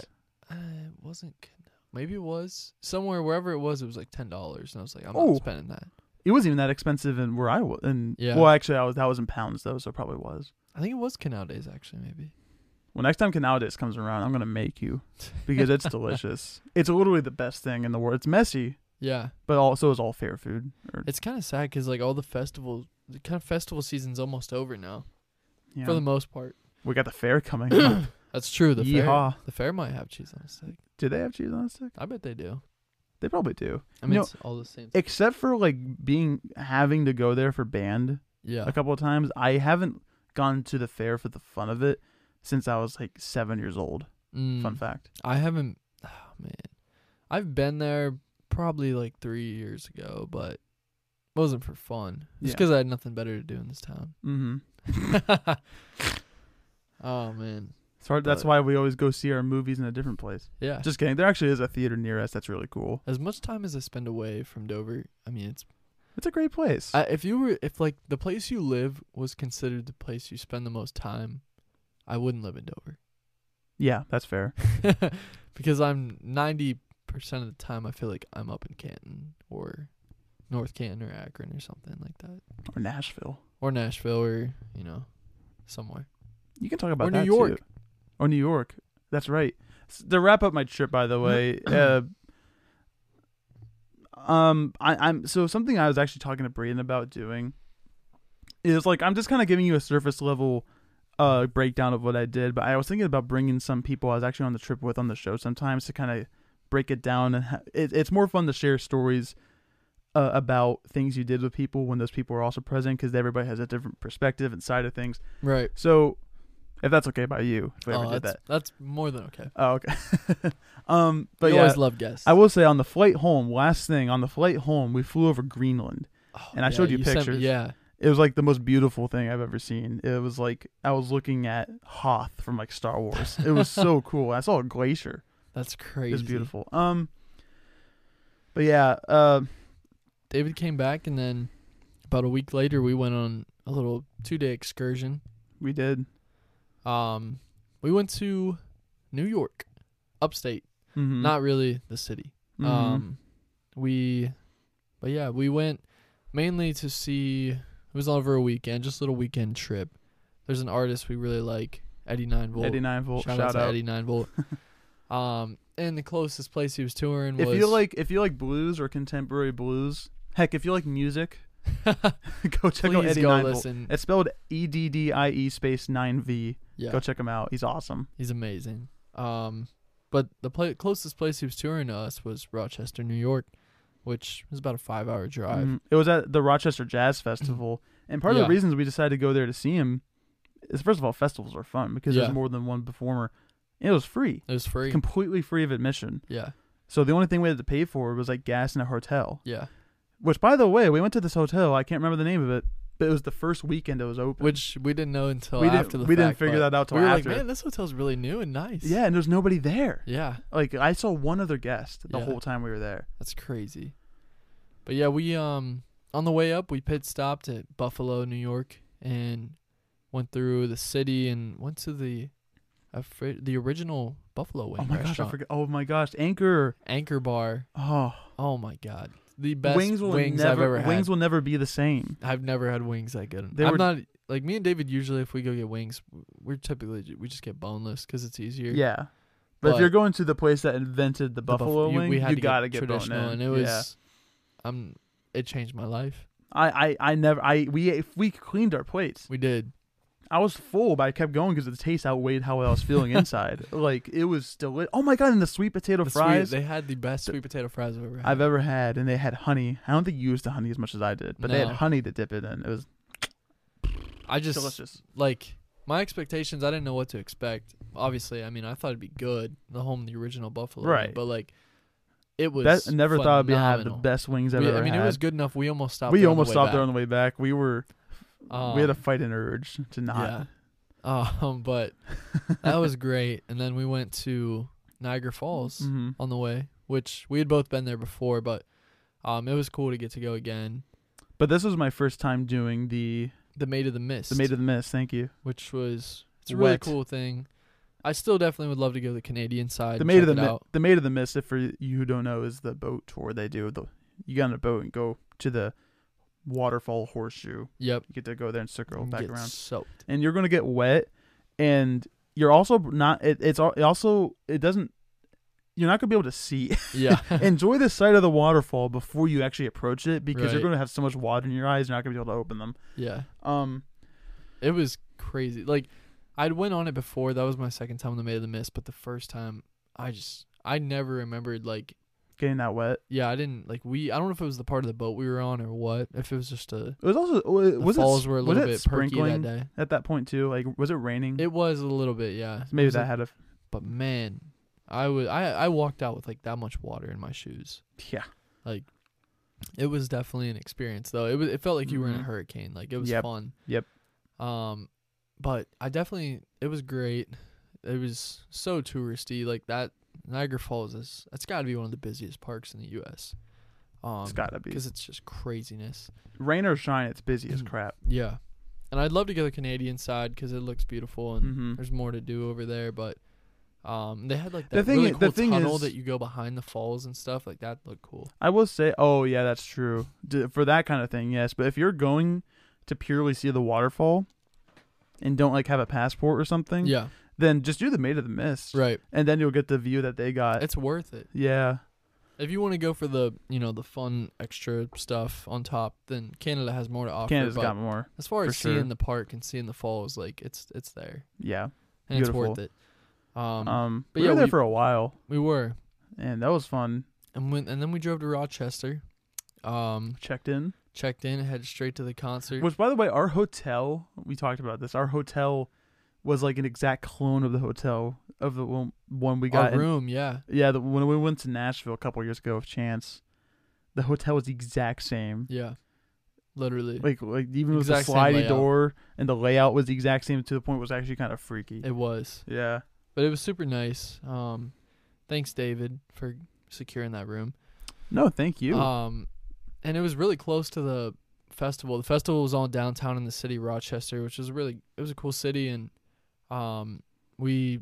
at? Uh, it wasn't Canal. Maybe it was somewhere wherever it was. It was like ten dollars, and I was like, I'm Oh. not spending that. It wasn't even that expensive in where I was. And Yeah. well, actually, I was that was in pounds though, so it probably was. I think it was Canal Days actually. Maybe. Well, next time Canal Days comes around, I'm gonna make you because it's delicious. It's literally the best thing in the world. It's messy, Yeah, but also is all fair food. Or, it's kind of sad because like all the festivals, the kind of festival season's almost over now you for know. the most part. we got the fair coming. up. That's true. The fair, Yeehaw! the fair might have cheese on a steak. Do they have cheese on a stick? I bet they do. They probably do, I mean, No. it's all the same. except for like being having to go there for band. yeah. a couple of times. I haven't gone to the fair for the fun of it since I was like seven years old. Mm. Fun fact. I haven't. Oh man, I've been there probably like three years ago, but it wasn't for fun. It's Yeah. because I had nothing better to do in this town. Mm-hmm. oh man, It's hard. That's But- why we always go see our movies in a different place. yeah. Just kidding. There actually is a theater near us. That's really cool. as much time as I spend away from Dover, I mean, it's It's a great place. I, if you were if like the place you live was considered the place you spend the most time, I wouldn't live in yeah, that's fair. Dover because I'm ninety percent of the time I feel like I'm up in Canton or North Canton or Akron or something like that. Or Nashville. or Nashville or you know somewhere. You can talk about Or New that York. too. Or New York. That's right. S- to wrap up my trip, by the way. uh, um, I, I'm so something I was actually talking to Braden about doing is like I'm just kind of giving you a surface level uh breakdown of what I did, but I was thinking about bringing some people I was actually on the trip with on the show sometimes to kind of break it down and ha- it, it's more fun to share stories uh, about things you did with people when those people are also present because everybody has a different perspective and side of things. Right. So, if that's okay by you, if we ever did Oh, that's, that. that's more than okay. Oh, okay. um, but But you yeah, always love guests. I will say on the flight home, last thing on the flight home, we flew over Greenland. Oh, and I showed you sent me- pictures. yeah. It was like the most beautiful thing I've ever seen. It was like I was looking at Hoth from like Star Wars. It was so cool. I saw a glacier. That's crazy. It was beautiful. Um, but yeah, uh, David came back and then about a week later we went on a little two day excursion. we did. Um we went to New York. Upstate. Mm-hmm. Not really the city. Um we but yeah, we went mainly to see it was over a weekend, just a little weekend trip. There's an artist we really like, Eddie Nine Volt. Eddie Nine Volt. Shout, Shout, out to out. Eddie Nine Volt. um, and the closest place he was touring If was you like, if you like blues or contemporary blues, heck, if you like music, go check out please Eddie go Nine Volt. listen. It's spelled E D D I E space nine V. Yeah, Go check him out. He's awesome. he's amazing. Um, but the pla closest place he was touring to us was Rochester, New York, which was about a five-hour drive. Mhm. It was at the Rochester Jazz Festival, and part of Yeah. the reasons we decided to go there to see him is first of all festivals are fun because Yeah. there's more than one performer. And It was free, It was free. completely free of admission. yeah, So the only thing we had to pay for was like gas in a hotel. Yeah. Which, by the way, we went to this hotel. I can't remember the name of it, but it was the first weekend it was open. Which we didn't know until We didn't- after the we didn't fact, figure but that out till we were after. like, man, this hotel's really new and nice. yeah, and there's nobody there. Yeah. Like I saw one other guest the Yeah. whole time we were there. That's crazy. But yeah, we um on the way up we pit stopped at Buffalo, New York, and went through the city and went to the I fr- the original Buffalo Wing oh my restaurant, gosh, I forgot. Oh my gosh, Anchor. Anchor Bar. Oh, Oh my god, the best wings, wings will I've never ever wings had. will never be the same. I've never had wings that good. They I'm were- not like me and David. Usually, if we go get wings, we're typically ju- we just get boneless because it's easier. Yeah. But, if But- you're going to the place that invented The the, buff- buffalo you- wing, we you, had to gotta get, bone traditional, in. and it was. Yeah. I'm. It changed my life. I, I I never I we if we cleaned our plates. We did. I was full, but I kept going because the taste outweighed how I was feeling inside. Like it was deli Oh my god! And the sweet potato The sweet- fries they had the best sweet potato fries I've ever had. I've ever had, and they had honey. I don't think you used the honey as much as I did, but they No. had honey to dip it in. It was I just delicious. like my expectations. I didn't know what to expect. Obviously, I mean, I thought it'd be good, the home, the original Buffalo, wing, Right. But like, it was. That never thought I'd be have the phenomenal. best wings I've We- ever I mean, had. it was good enough. We almost stopped. we there almost on the way stopped there on the way back. We were back. we had a Um, fight and urge to not. Yeah. Um, but that was great. And then we went to Niagara Falls hmm on the way, which we had both been there before, but um, it was cool to get to go again. But this was my first time doing the The Maid of the Mist. the Maid of the Mist. Thank you. which was it's a really Wet. cool thing. I still definitely would love to go to the Canadian side. The and Maid of check the it Mi- out. the Maid of the Mist. If for you who don't know, is the boat tour they do. The you get on a boat and go to the waterfall horseshoe. Yep. You get to go there and circle and back get around. soaked. and you're gonna get wet, and you're also not. It, it's al- it also it doesn't. You're not gonna be able to see. Yeah. Enjoy the sight of the waterfall before you actually approach it because you're Right. gonna have so much water in your eyes. You're not gonna be able to open them. yeah. Um, It was crazy. Like I'd went on it before. That was my second time on the Maid of the Mist, but the first time I just I never remembered like getting that wet. yeah, I didn't like we I don't know if it was the part of the boat we were on or what. If it was just a It was also the was falls it were a was little it bit perky sprinkling that day. at that point too? Like was it raining? It was a little bit, yeah. It Maybe was that a- had a but man, I was I I walked out with like that much water in my shoes. yeah. It was definitely an experience though. It was it felt like you were in a Mhm. hurricane. Like it was Yep. fun. Yep. Um but I definitely it was great. It was so touristy. Like that Niagara Falls is that's got to be one of the busiest parks in the US. Um it's gotta be because it's just craziness. rain or shine. It's busy Mm. as crap. Yeah. And I'd love to go to the Canadian side because it looks beautiful and hmm there's more to do over there, but um, they had like The that thing really i- cool the thing tunnel is- that you go behind the falls and stuff. Like that looked cool. I will say, oh yeah, that's true D- for that kind of thing. Yes, but if you're going to purely see the waterfall and don't like have a passport or something, Yeah, then just do the Maid of the Mist, right. and then you'll get the view that they got. It's worth it yeah, if you want to go for the you know the fun extra stuff on top. Then Canada has more to offer. Canada's but got more. as far for as seeing sure. the park and seeing the falls, like it's it's there Yeah, and Beautiful. it's worth it. Um, um, but we yeah, were there we- for a while, we were and that was fun. and when and then we drove to Rochester. Um, Checked in, checked in, headed straight to the concert. which by the way, our hotel. We talked about this. Our hotel was like an exact clone of the hotel of the one, one we got Our in room, yeah. Yeah, the, when we went to Nashville a couple years ago with Chance, the hotel was the exact same. Yeah. Literally. Like like even with Exact the same slidey layout. door and the layout was the exact same to the point it was actually kind of freaky. It was. yeah. But it was super nice. Um thanks David for securing that room. No, thank you. Um and it was really close to the festival. The festival was all downtown in the city of Rochester, which was really it was a cool city and um we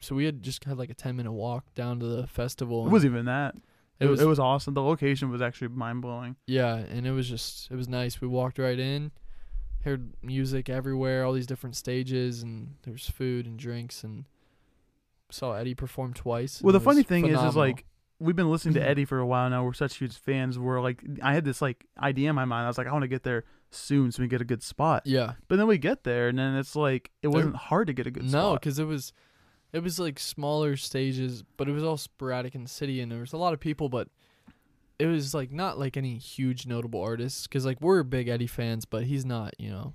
so we had just had like a 10 minute walk down to the festival. it was and even that. it was it was awesome. The location was actually mind blowing. Yeah, and it was just it was nice. We walked right in, heard music everywhere, all these different stages, and there was food and drinks, and saw Eddie perform twice. Well, and the it funny was thing is, is phenomenal. Mm-hmm. like we've been listening to Eddie for a while now. We're such huge fans. We're like, I had this like idea in my mind. I was like, I want to get there soon so we get a good spot. yeah, But then we get there, and then it's like it wasn't hard to get a good no, spot. because it was it was like smaller stages, but it was all sporadic in the city, and there was a lot of people, but it was like not like any huge notable artists, because like we're big Eddie fans, but he's not, you know,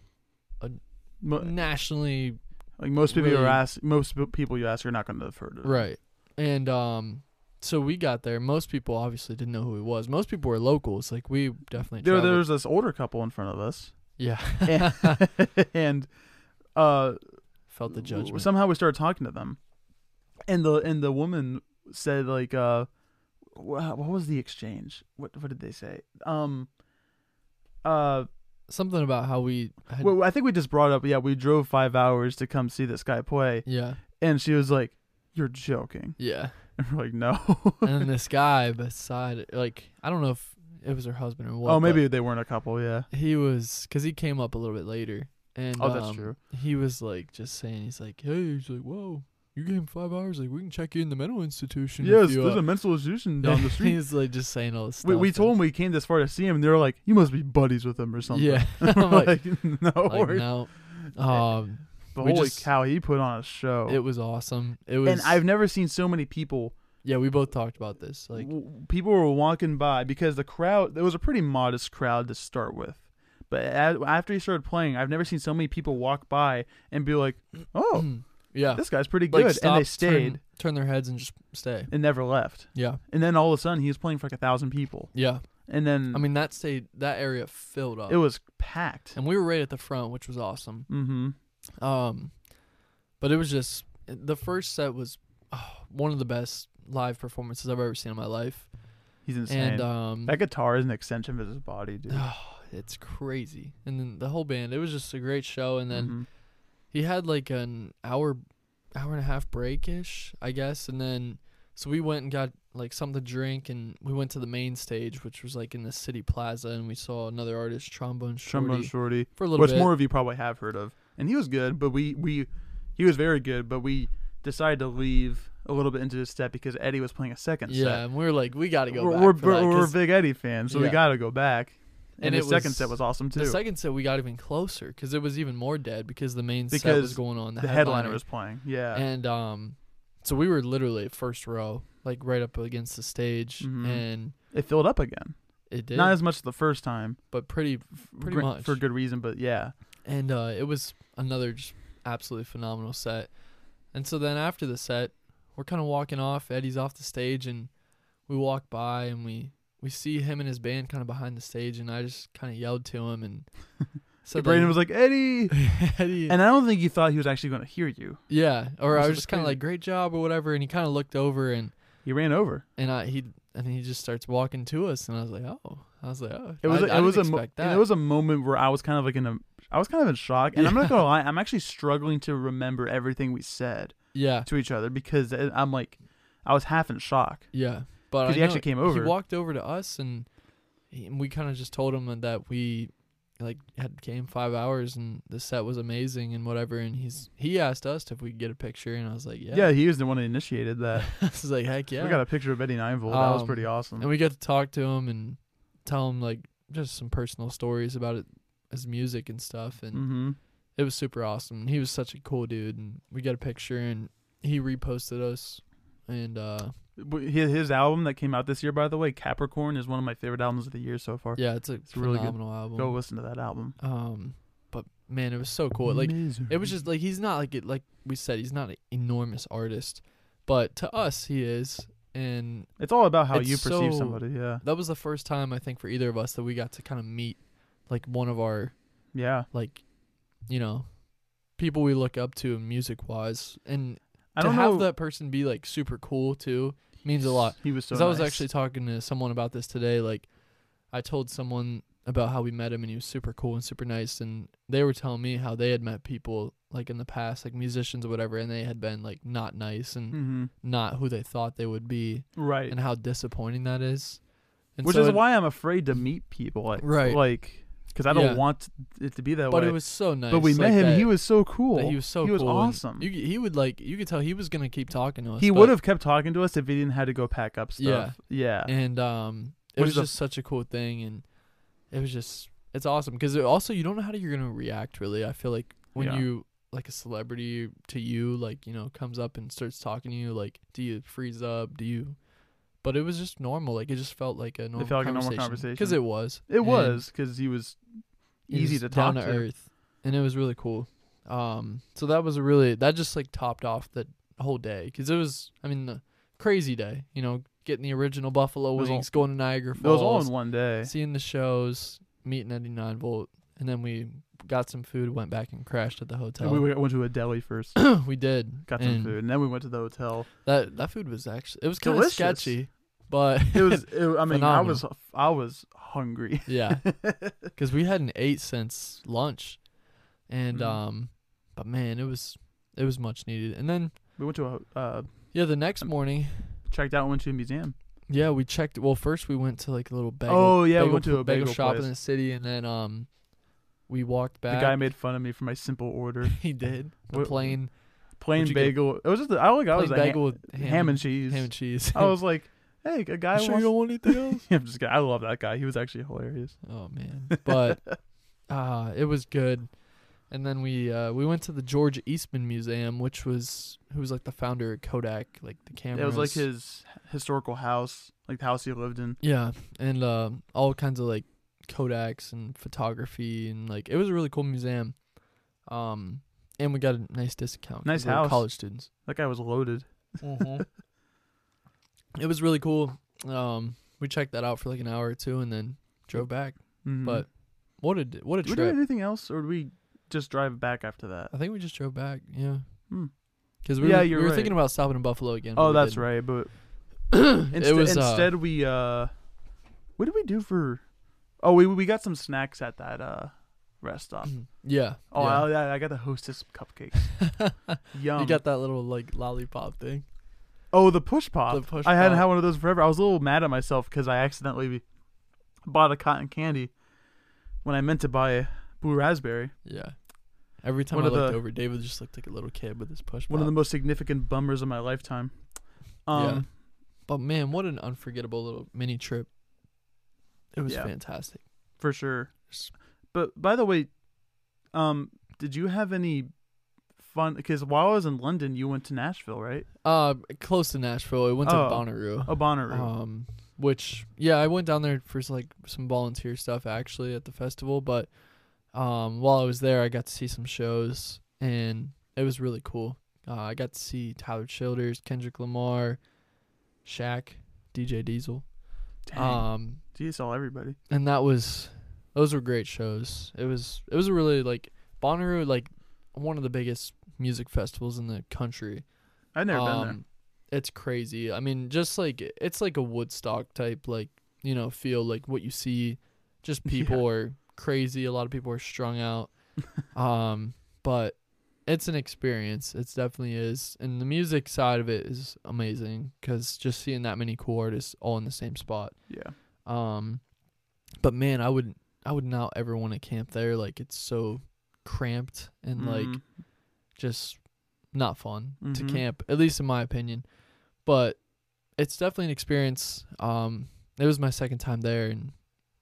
Mo- nationally Like most people you really- ask, most p- people you ask are not going to have heard of. it. Right. And um so we got there. Most people obviously didn't know who he was. Most people were locals. Like we definitely There, there traveled- was this older couple in front of us, yeah and uh, felt the w- judgment. Somehow we started talking to them, and the and the woman said like, uh, wha- "What was the exchange? What what did they say?" Um, uh, Something about how we had, well, I think we just brought up. Yeah, we drove five hours to come see this guy play, yeah and she was like, "You're joking," yeah. and we're like, "No." and then this guy beside like I don't know if it was her husband or what. oh, but maybe they weren't a couple. Yeah. he was because he came up a little bit later and Oh, that's um, true. he was like just saying he's like hey he's like whoa you gave him five hours like we can check you in the mental institution if Yes, you, there's uh, a mental institution down the street. he's like just saying all this stuff We, we told and- them we came this far to see him, and they were like, "You must be buddies with him or something." yeah And we're I'm like, like, no, like, we're- no um But we holy just- cow, he put on a show. it was awesome it was Oh. and I've never seen so many people. yeah we both talked about this like Like people were walking by because the crowd. It was a pretty modest crowd to start with, but a after he started playing, I've never seen so many people walk by and be like, "Oh, yeah this guy's pretty good," like and they stop, stayed turn, turn their heads and just stay and never left. yeah And then all of a sudden, he was playing for like a thousand people, yeah and then I mean uh, that stayed that area filled up Mm. it was packed. and we were right at the front which was awesome Mm-hmm. Um, but it was just the first set was oh, one of the best live performances I've ever seen in my life, He's insane. and um, that guitar is an extension of his body, dude. it's crazy. And then the whole band, it was just a great show. And then Mhm. he had like an hour, hour and a half break ish, I guess. And then so we went and got like something to drink, and we went to the main stage, which was like in the city plaza, and we saw another artist, Trombone Shorty, Trombone Shorty. for a little which bit. more of you probably have heard of. And he was good, but we we he was very good, but we decided to leave a little bit into his step because Eddie was playing a second yeah, set. and we were like, we got to go. we're back we're, for that, we're- we're 'cause- big Eddie fans, so we Yeah. got to go back. And, And his it second was- set was awesome too. The second set we got even closer because it was even more dead because the main set Because was going on. the The, headliner, was playing. Yeah. and um, so we were literally at first row, like right up against the stage, Mhm. and it filled up again. it did, Not as much as the first time. but pretty f- Pretty gr- much. For good reason, but yeah. and uh, it was another just absolutely phenomenal set. And so then after the set, we're kind of walking off. Eddie's off the stage, and we walk by and we we see him and his band kind of behind the stage, and I just kind of yelled to him and said, Brandon like, was like, Eddie. Eddie, And I don't think you thought he was actually going to hear you. Yeah, or This I is was just kind of crazy. like, "Great job" or whatever, and he kind of looked over and He ran over. and I he and he just starts walking to us, and I was like, "Oh," I was like, "Oh." It was I, it I was a didn't mo- expect and that. it was a moment where I was kind of like in a I was kind of in shock, and I'm not gonna lie, I'm actually struggling to remember everything we said yeah, to each other because I- I'm like I was half in shock. yeah. But 'Cause I he actually know- came He over. walked over to us, and, he, and we kind of just told him that we like had came five hours, and the set was amazing and whatever. And he's he asked us if we could get a picture, and I was like, "Yeah." Yeah, he was the one that initiated that. I was like, "Heck yeah!" We got a picture of Eddie Ninevold. that was Um, pretty awesome. and we got to talk to him and tell him like just some personal stories about it, his music and stuff, and. mm-hmm. it was super awesome. and He was such a cool dude, and we got a picture, and he reposted us, and uh, His, his album that came out this year, by the way, Capricorn, is one of my favorite albums of the year so far. yeah, it's a It's really good. phenomenal album. Go listen to that album. Um, but man, it was so cool. Like it was just like he's not like it, like we said, he's not an enormous artist, but to us he is, and it's all about how it's you perceive so- somebody. Yeah, that was the first time I think for either of us that we got to kind of meet like one of our yeah. like, you know, people we look up to music wise, and I to don't have know. that person be like super cool too means a lot. He was so. Because I was nice. actually talking to someone about this today. Like, I told someone about how we met him, and he was super cool and super nice. And they were telling me how they had met people like in the past, like musicians or whatever, and they had been like not nice and Mhm. not who they thought they would be, right. and how disappointing that is. And which so is it- why I'm afraid to meet people. Like, Right. Like, because I don't Yeah. want it to be that But way. it was so nice. but we like, met him. that- he was so cool. that He was so He was cool, and awesome. You, he would like. You could tell he was gonna keep talking to us. he but- would have kept talking to us if he didn't have to go pack up stuff. Yeah. and um, it Which was is a- just such a cool thing, and it was just it's awesome because also you don't know how you're gonna react really. I feel like when Yeah. you like a celebrity to you, like you know, comes up and starts talking to you, like do you freeze up? Do you? But it was just normal. Like it just felt like a normal felt like a normal because conversation. it was. It And was because he was it easy was to down talk to. to earth, and it was really cool. Um, so that was a really that just like topped off the whole day because it was I mean the crazy day. You know, getting the original Buffalo It was Wings, all- going to Niagara Falls, It was all in one day. seeing the shows, meeting 99 Volt, and then we got some food, went back and crashed at the hotel. We went to a deli first, we did. got some and food, and then we went to the hotel. That that food was actually it was kind of Delicious. sketchy, but It was. It, I mean, I Phenomenal. was. I was hungry. yeah, because we hadn't ate since lunch, and Mhm. um, but man, it was it was much needed. And then We went to a uh, yeah, the next morning, checked out. and Went to a museum. yeah, we checked. Well, first we went to like a little bagel. oh yeah, bagel we went to pl- a bagel, shop place. in the city, and then um, we walked The back. guy made fun of me for my simple order, he did the What- plain What'd plain you get? bagel. It was just. The, I like. I plain was a bagel ham, with ham, ham and cheese. Oh, ham and cheese. I was like, hey, a guy you sure you wants. don't want anything else? I'm just. kidding. I love that guy. He was actually hilarious. Oh man, but uh, it was good. And then we uh, we went to the George Eastman Museum, which was who was like the founder of Kodak, like the cameras. It was like his historical house, like the house he lived in. yeah, and uh, all kinds of like Kodaks and photography, and like it was a really cool museum. Um, and we got a nice discount. 'cause Nice we were house. college students. That guy was loaded. it was really cool. Um, we checked that out for like an hour or two, and then drove back. Mhm. But what a d- what a did we trip! do anything else, or did we just drive back after that? I think we just drove back. Yeah. Hmm. Because we Yeah, were, we you're were right. thinking about stopping in Buffalo again. Oh, that's right. But right. inst- it was uh, instead we uh, what did we do for? Oh, we we got some snacks at that uh rest stop. yeah. Oh, Mm, yeah. I, I- I got the hostess cupcakes. Yum. um, you got that little like lollipop thing. oh, the push pop. The push I hadn't pop. had one of those forever. I was a little mad at myself because I accidentally bought a cotton candy when I meant to buy a blue raspberry. Yeah. Every time One I of the- looked over, David just looked like a little kid with his push. One of the pop. most significant bummers of my lifetime. Um, Yeah. But man, what an unforgettable little mini trip. It was Yeah. fantastic. for sure. S- But by the way, um, did you have any fun? Because while I was in London, you went to Nashville, right? Uh, close to Nashville, I went to Oh. Bonnaroo. Oh, Bonnaroo. um which yeah i went down there for s- like some volunteer stuff actually at the festival but um while i was there i got to see some shows and it was really cool uh, i got to see tyler childers kendrick lamar Shaq, dj diesel Dang, um gee, you saw everybody. and that was those were great shows it was it was a really like Bonnaroo like one of the biggest music festivals in the country I've never been there. um, It's crazy. I mean, just like it's like a Woodstock type, like you know, feel like what you see. Just Yeah. people are crazy. A lot of people are strung out. um, but it's an experience. It's definitely is, and the music side of it is amazing because just seeing that many cool artists all in the same spot. Yeah, Um, but man, I would I would not ever want to camp there. Like it's so cramped and like Mhm. just not fun Mhm. to camp, at least in my opinion. But it's definitely an experience. Um, it was my second time there, and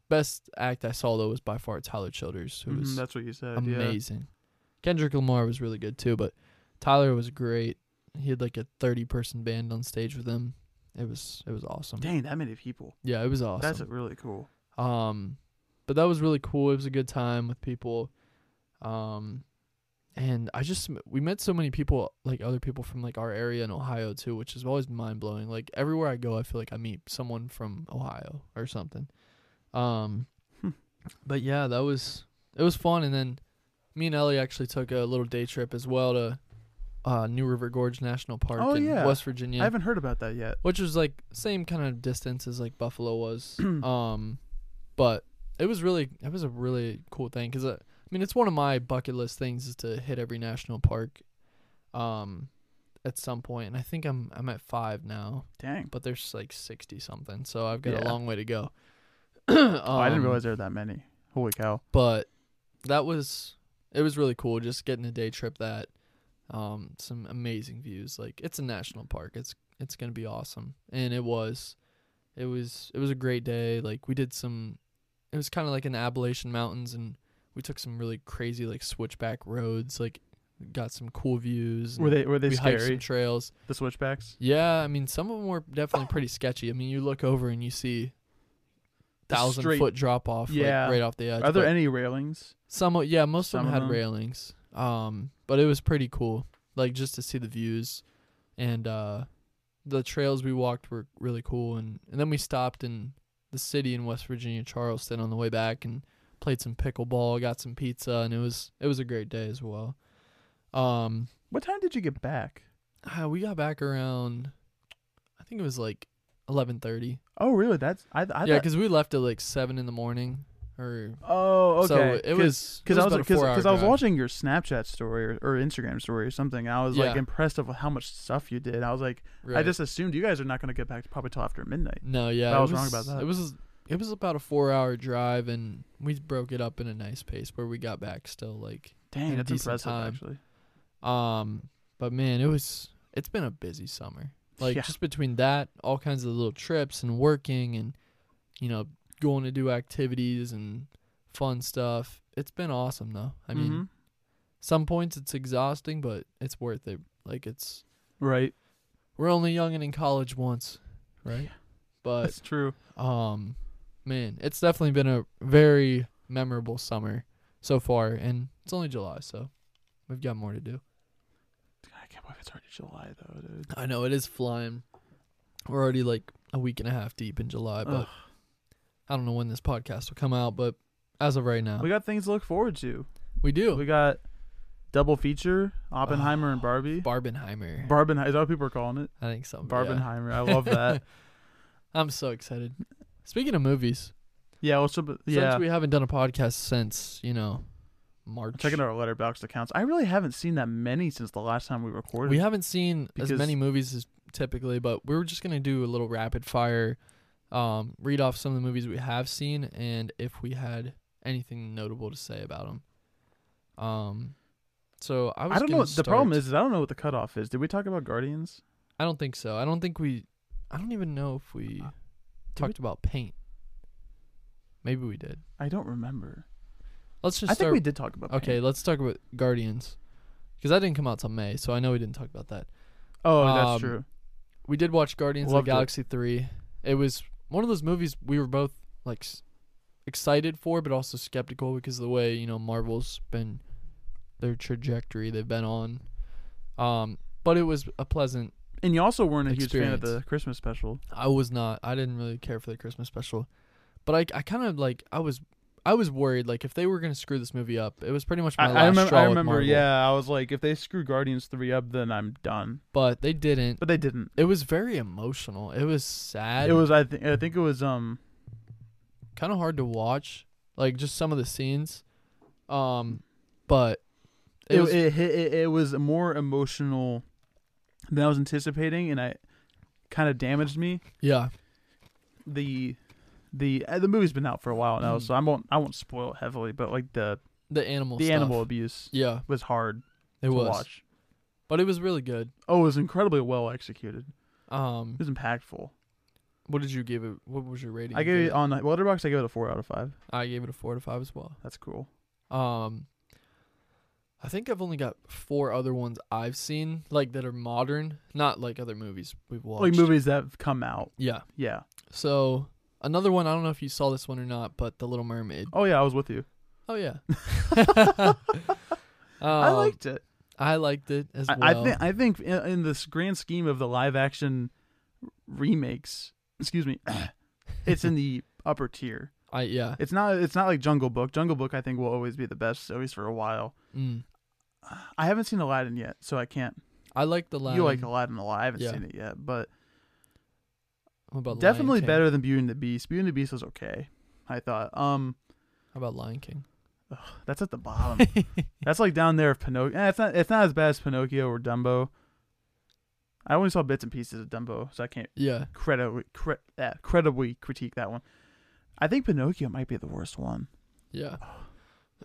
best act I saw though was by far Tyler Childers, who Mhm, was that's what you said. Yeah. amazing. Kendrick Lamar was really good too, but Tyler was great. He had like a thirty-person band on stage with him. It was it was awesome. Dang, that many people. Yeah, it was awesome. That's really cool. Um, but that was really cool. It was a good time with people. Um, and I just we met so many people, like other people from like our area in Ohio too, which is always mind blowing. Like everywhere I go, I feel like I meet someone from Ohio or something. Um, Hmm. but yeah, that was it was fun. And then me and Ellie actually took a little day trip as well to uh, New River Gorge National Park Oh, in yeah. West Virginia I haven't heard about that yet. which was like same kind of distance as like Buffalo was. um, but it was really it was a really cool thing because I, I mean it's one of my bucket list things is to hit every national park, um, at some point. And I think I'm I'm at five now, Dang. but there's like sixty something, so I've got a Yeah. long way to go. um, Oh, I didn't realize there were that many. Holy cow. but that was it was really cool just getting a day trip that um some amazing views like it's a national park it's it's going to be awesome and it was it was it was a great day like we did some it was kind of like in the Appalachian Mountains and we took some really crazy like switchback roads like got some cool views Were and they were they we hiked scary? some trails the switchbacks. yeah i mean some of them were definitely pretty sketchy i mean you look over and you see The thousand straight- foot drop off Yeah. like, right off the edge Are there but- any railings? some, o- yeah, most Some of of them had them. railings. Um, but it was pretty cool, like just to see the views, and uh, the trails we walked were really cool and, and then we stopped in the city in West Virginia, Charleston on the way back and played some pickleball, got some pizza and it was it was a great day as well. Um What time did you get back? ah, we got back around I think it was like 11:30. Oh, really? That's I. I Yeah, thought, cuz we left at like 7 in the morning or oh, okay. so it was because I was about a because 4 hour I was drive. watching your Snapchat story or, or Instagram story or something. I was like Yeah. impressed of how much stuff you did. I was like, I Right. just assumed you guys are not going to get back to probably till after midnight. No, yeah, I it was wrong about that. It was it was about a four hour drive, and we broke it up in a nice pace where we got back still like Dang, a that's decent impressive time. actually. um. But man, it was it's been a busy summer. Like Yeah. just between that, all kinds of little trips and working, and you know going to do activities and fun stuff. It's been awesome though. I mean, Mhm. some points it's exhausting, but it's worth it. Like it's right? we're only young and in college once, right? But That's true. um man it's definitely been a very memorable summer so far and it's only july so we've got more to do I can't believe it's already July though, dude. i know it is flying we're already like a week and a half deep in july but Ugh. i don't know when this podcast will come out but as of right now We we, got things to look forward to. do We got double feature Oppenheimer Oh, and Barbie. barbenheimer Barbenheimer is that what people are calling it? i think something yeah. Barbenheimer. I love that. i'm so excited speaking of movies yeah, also but- yeah. since we haven't done a podcast since you know march I'm checking our letterbox accounts. I really haven't seen that many since the last time we recorded. We haven't seen as Because- many movies as typically, but we were just gonna do a little rapid fire, um, read off some of the movies we have seen and if we had anything notable to say about them. Um, so I was. I don't know gonna what the problem start- is, is I don't know what the cutoff is. Did we talk about Guardians? I don't think so. I don't think we. I don't even know if we Uh, talked about paint. Maybe we did. I don't remember. Let's just I start. think we did talk about okay, Pain. let's talk about Guardians, because that didn't come out till May, so I know we didn't talk about that. Oh, um, that's true. we did watch Guardians of Loved the it. Galaxy 3. It was one of those movies we were both like s- excited for but also skeptical because of the way, you know, Marvel's been their trajectory they've been on. Um but it was a pleasant. And you also weren't a huge fan of experience. the Christmas special. I was not I didn't really care for the Christmas special. But I I kind of like I was I was worried like if they were going to screw this movie up. It was pretty much my I, last I remember. straw I with remember. Marvel, Yeah, I was like, if they screw Guardians three up, then I'm done. But they didn't. But they didn't. It was very emotional. It was sad. it was. I think. I think it was. Um. kind of hard to watch, like just some of the scenes. Um, but it, It. It, was it, hit- it, it was more emotional than I was anticipating, and I kind of damaged me. yeah, The. The uh, the movie's been out for a while now, Mm. so I won't I won't spoil it heavily. But like the the animal. the stuff. animal abuse Yeah, was hard it to was, watch. but it was really good. Oh, it was incredibly well executed. Um, It was impactful. what did you give it? What was your rating? I for gave it on Letterboxd. I gave it a four out of five. I gave it a four to five as well. That's cool. Um, I think I've only got four other ones I've seen like that are modern, not like other movies we've watched. Like movies that have come out. Yeah. Yeah. So another one I don't know if you saw this one or not, but The Little Mermaid. Oh yeah, I was with you. Oh yeah. I Um, liked it. I liked it as well. I, I think I think in, in this grand scheme of the live action remakes, excuse me, it's in the upper tier. I yeah. It's not it's not like Jungle Book. Jungle Book I think will always be the best at least for a while. Mm. I haven't seen Aladdin yet, so I can't. I like the lion. You like Aladdin a lot. I haven't Yeah. seen it yet, but What about Lion definitely King? better than Beauty and the Beast. Beauty and the Beast was okay. I thought. Um How about Lion King? That's at the bottom. That's like down there of Pinocchio. Eh, it's not. It's not as bad as Pinocchio or Dumbo. I only saw bits and pieces of Dumbo, so I can't Yeah. credibly, cre- eh, credibly critique that one. I think Pinocchio might be the worst one. Yeah.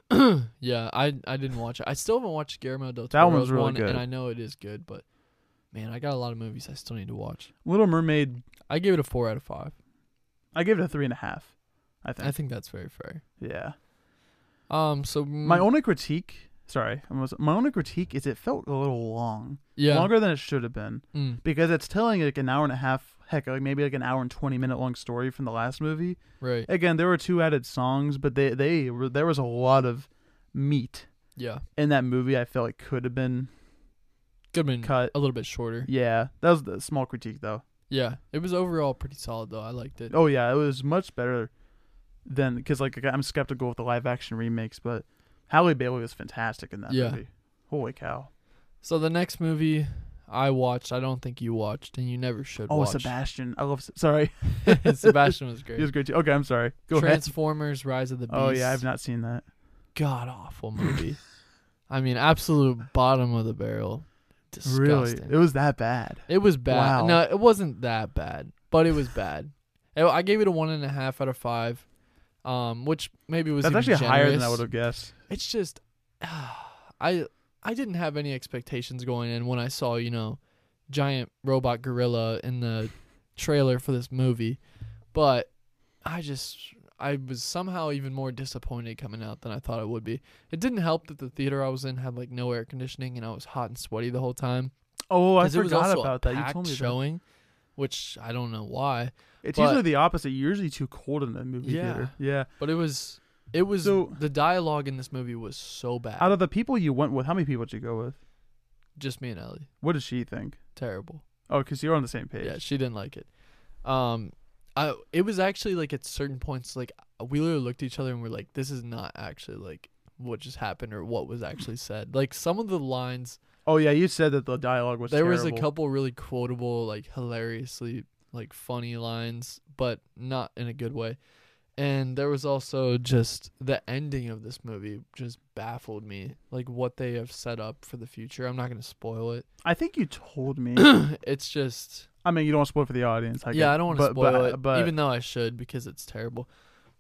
yeah, I I didn't watch it. I still haven't watched Guillermo del Toro's That one's really one, good. and I know it is good, but man, I got a lot of movies I still need to watch. Little Mermaid. I gave it a four out of five. I give it a three and a half. I think. I think that's very fair. yeah. Um, so mm, My only critique. Sorry, I was- my only critique is it felt a little long, yeah, longer than it should have been, mm, because it's telling like an hour and a half. Heck, like maybe like an hour and twenty minute long story from the last movie. right, again there were two added songs but they they were there was a lot of meat yeah, in that movie i felt like could have been Goodman Cut. a little bit shorter. Yeah, that was the small critique though. Yeah, it was overall pretty solid though. I liked it. Oh yeah, it was much better than because like I'm skeptical with the live action remakes, but Halle Bailey was fantastic in that Yeah. movie. Holy cow! So the next movie I watched, I don't think you watched, and you never should Oh, watch. Sebastian, I love. Se- Sorry, Sebastian was he was great. great too. Okay, I'm sorry. Go ahead. Transformers: Rise of the Beast. Oh yeah, I've not seen that. god awful movie. I mean, absolute bottom of the barrel. Really, Disgusting. it was that bad. It was bad. Wow. No, it wasn't that bad, but it was bad. I- I gave it a one and a half out of five, um, which maybe was That's even actually higher than I generous. would have guessed. It's just, I I didn't have any expectations going in when I saw you know, giant robot gorilla in the trailer for this movie, but I just I was somehow even more disappointed coming out than I thought I would be. It didn't help that the theater I was in had like no air conditioning and I was hot and sweaty the whole time. Oh, I 'Cause it was forgot also a about that. You told packed me that. showing, which I don't know why, It's But- usually the opposite. You're usually too cold in the movie Yeah. theater. Yeah. but it was it was So- the dialogue in this movie was so bad. Out of the people you went with, how many people did you go with? Just me and Ellie, What does she think? terrible. Oh, because you're on the same page. Yeah, she didn't like it. Um, I it was actually like at certain points, like we literally looked at each other and we're like, this is not actually like what just happened or what was actually said. Like some of the lines, Oh yeah, you said that the dialogue was. there was a terrible. couple really quotable, like hilariously like funny lines, but not in a good way. And there was also just the ending of this movie just baffled me. Like what they have set up for the future. I'm not gonna spoil it. I think you told me. It's just I mean, you don't want to spoil it for the audience. I yeah, I don't want to but- spoil but- it, but- even though I should because it's terrible.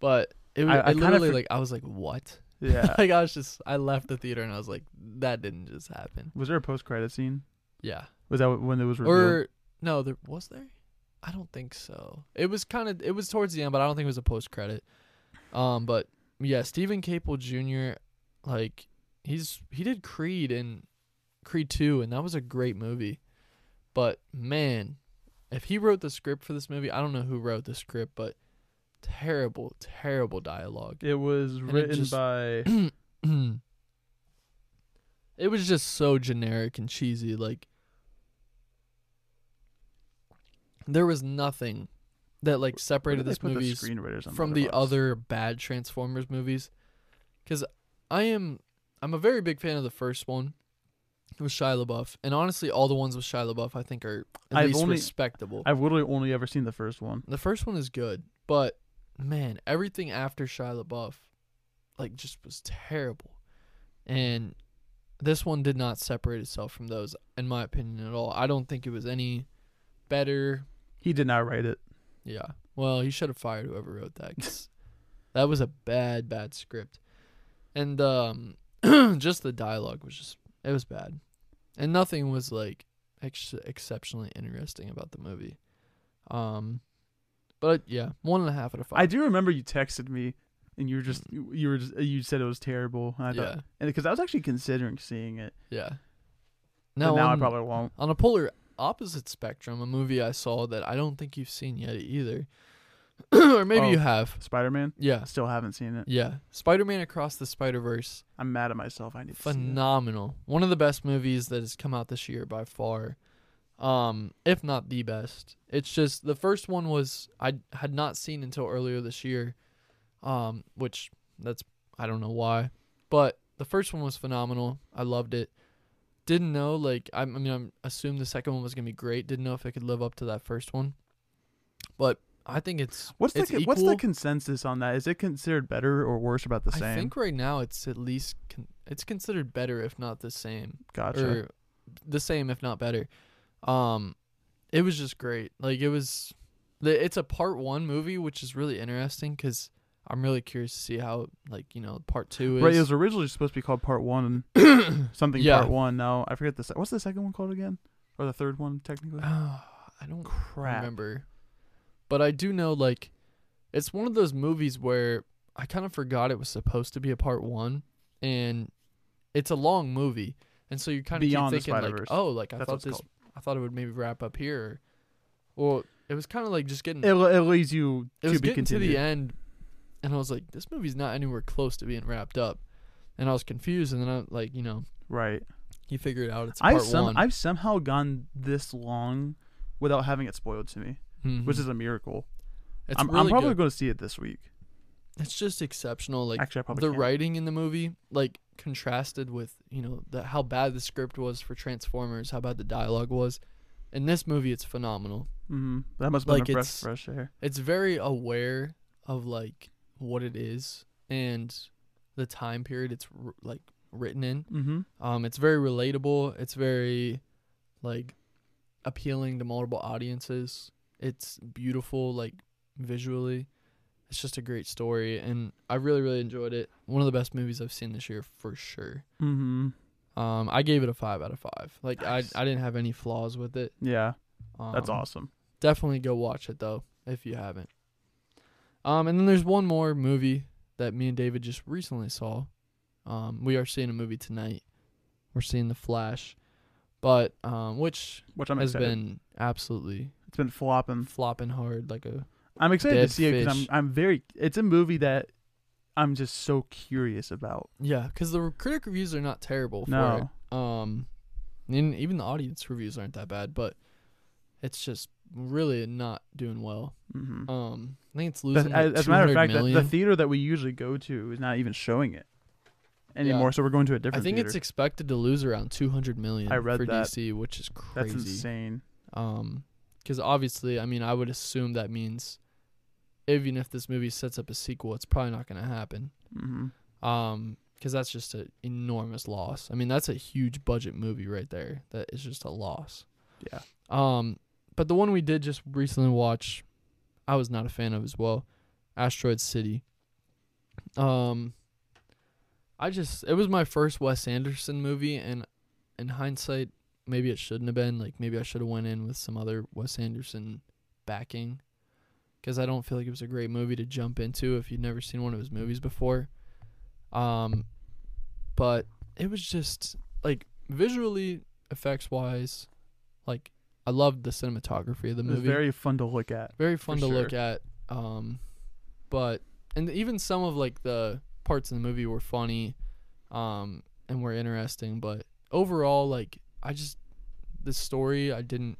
But it was I- I it kinda literally for- like I was like, what? yeah. like I was just I left the theater and I was like, that didn't just happen. Was there a post credit scene? Yeah. Was that when it was revealed? Or no, there was there. I don't think so. It was kind of it was towards the end, but I don't think it was a post credit. Um, but yeah, Stephen Caple Jr. Like he's he did Creed and Creed Two, and that was a great movie. But man, if he wrote the script for this movie, I don't know who wrote the script, but terrible, terrible dialogue. it was it written just- by. it was just so generic and cheesy. Like, there was nothing that like separated Where did they this put the movie screenwriters on from the Letterboxd? other bad Transformers movies. Because I am, I'm a very big fan of the first one with Shia LaBeouf, and honestly, all the ones with Shia LaBeouf I think are at I've least only- respectable. I've literally only ever seen the first one. The first one is good, but man, everything after Shia LaBeouf, like, just was terrible. And this one did not separate itself from those, in my opinion, at all. I don't think it was any better. He did not write it. Yeah. Well, he should have fired whoever wrote that. 'cause that was a bad, bad script. And um, just the dialogue was just, it was bad. And nothing was, like, ex- exceptionally interesting about the movie. Um, but yeah, one and a half out of five. I do remember you texted me, and you were just you you were just, uh, you said it was terrible. And I thought, Mm. yeah, and because I was actually considering seeing it. yeah. Now, Now, now I on, probably won't. on a polar opposite spectrum, a movie I saw that I don't think you've seen yet either, or maybe Oh. you have. Spider Man. Yeah, Still haven't seen it. yeah. Spider-Man Across the Spider-Verse, I'm mad at myself. I need to see it. phenomenal. One of the best movies that has come out this year by far, um, if not the best. It's just the first one was I had not seen until earlier this year, um, which that's I don't know why, but the first one was phenomenal. I loved it. Didn't know like I, I mean I assumed the second one was gonna be great. Didn't know if it could live up to that first one, but I think it's What's the it's con- what's the equal. consensus on that? Is it considered better or worse about the I same? think right now it's at least con- it's considered better if not the same gotcha. or the same if not better. Um, it was just great. Like it was, the, it's a part one movie, which is really interesting because I'm really curious to see how like you know part two is. Right, it was originally supposed to be called Part One, something Yeah. Part One. Now I forget the se- what's the second one called again, or the third one technically. I don't Crap. remember, but I do know like it's one of those movies where I kind of forgot it was supposed to be a part one, and it's a long movie, and so you kind of keep Beyond the thinking like, Spider-Verse. oh, like I That's what thought it's this, called. I thought it would maybe wrap up here. Well, it was kind of like just getting It, it leads you Mm. it to was be getting to continued. the end, and I was like, this movie's not anywhere close to being wrapped up, and I was confused, and then I like you know Right. You figure it out. It's part I've some one. I've somehow gone this long without having it spoiled to me, Mhm. which is a miracle. it's I'm, really I'm probably good. going to see it this week. It's just exceptional. Like Actually, I probably the can't. writing in the movie, like contrasted with you know the how bad the script was for Transformers, how bad the dialogue was. In this movie, it's phenomenal. Mm-hmm. That must be Like, a breath it's- of fresh air. It's very aware of like what it is and the time period it's r- like written in. Mm-hmm. Um, it's very relatable. It's very like appealing to multiple audiences. It's beautiful, like visually. It's just a great story, and I really, really enjoyed it. One of the best movies I've seen this year for sure. Mm-hmm. Um, I gave it a five out of five. Like Nice. I, I didn't have any flaws with it. Yeah, Um, that's awesome. Definitely go watch it though if you haven't. Um, and then there's one more movie that me and David just recently saw. Um, we are seeing a movie tonight. We're seeing The Flash, but um, which Which I'm has excited. Hmm. been absolutely it's been flopping. flopping hard like a I'm excited Dead to see it because I'm fish. I'm very. It's a movie that I'm just so curious about. yeah. Because the critic reviews are not terrible for no, it. Um, and even the audience reviews aren't that bad, but it's just really not doing well. mm-hmm. Um, I think it's That- losing. as, like as a matter of 200 fact, that the million. theater that we usually go to is not even showing it anymore. So we're going to a I different. think it's theater. expected to lose around 200 million I read for that. DC, which is that's crazy. insane. Um, because obviously, I mean, I would assume that means even if this movie sets up a sequel, it's probably not going to happen. Mm-hmm. Um, because that's just an enormous loss. I mean, that's a huge budget movie right there. That is just a loss. Yeah. Um, but the one we did just recently watch, I was not a fan of as well. Asteroid City. Um, I just it was my first Wes Anderson movie, and in hindsight, maybe it shouldn't have been. Like maybe I should have went in with some other Wes Anderson backing, because I don't feel like it was a great movie to jump into if you'd never seen one of his movies before. Um, but it was just like visually, effects wise, like I loved the cinematography of the It was movie very fun to look at. very fun to For look at um but and even some of like the parts in the movie were funny um and were interesting but overall like i just the story i didn't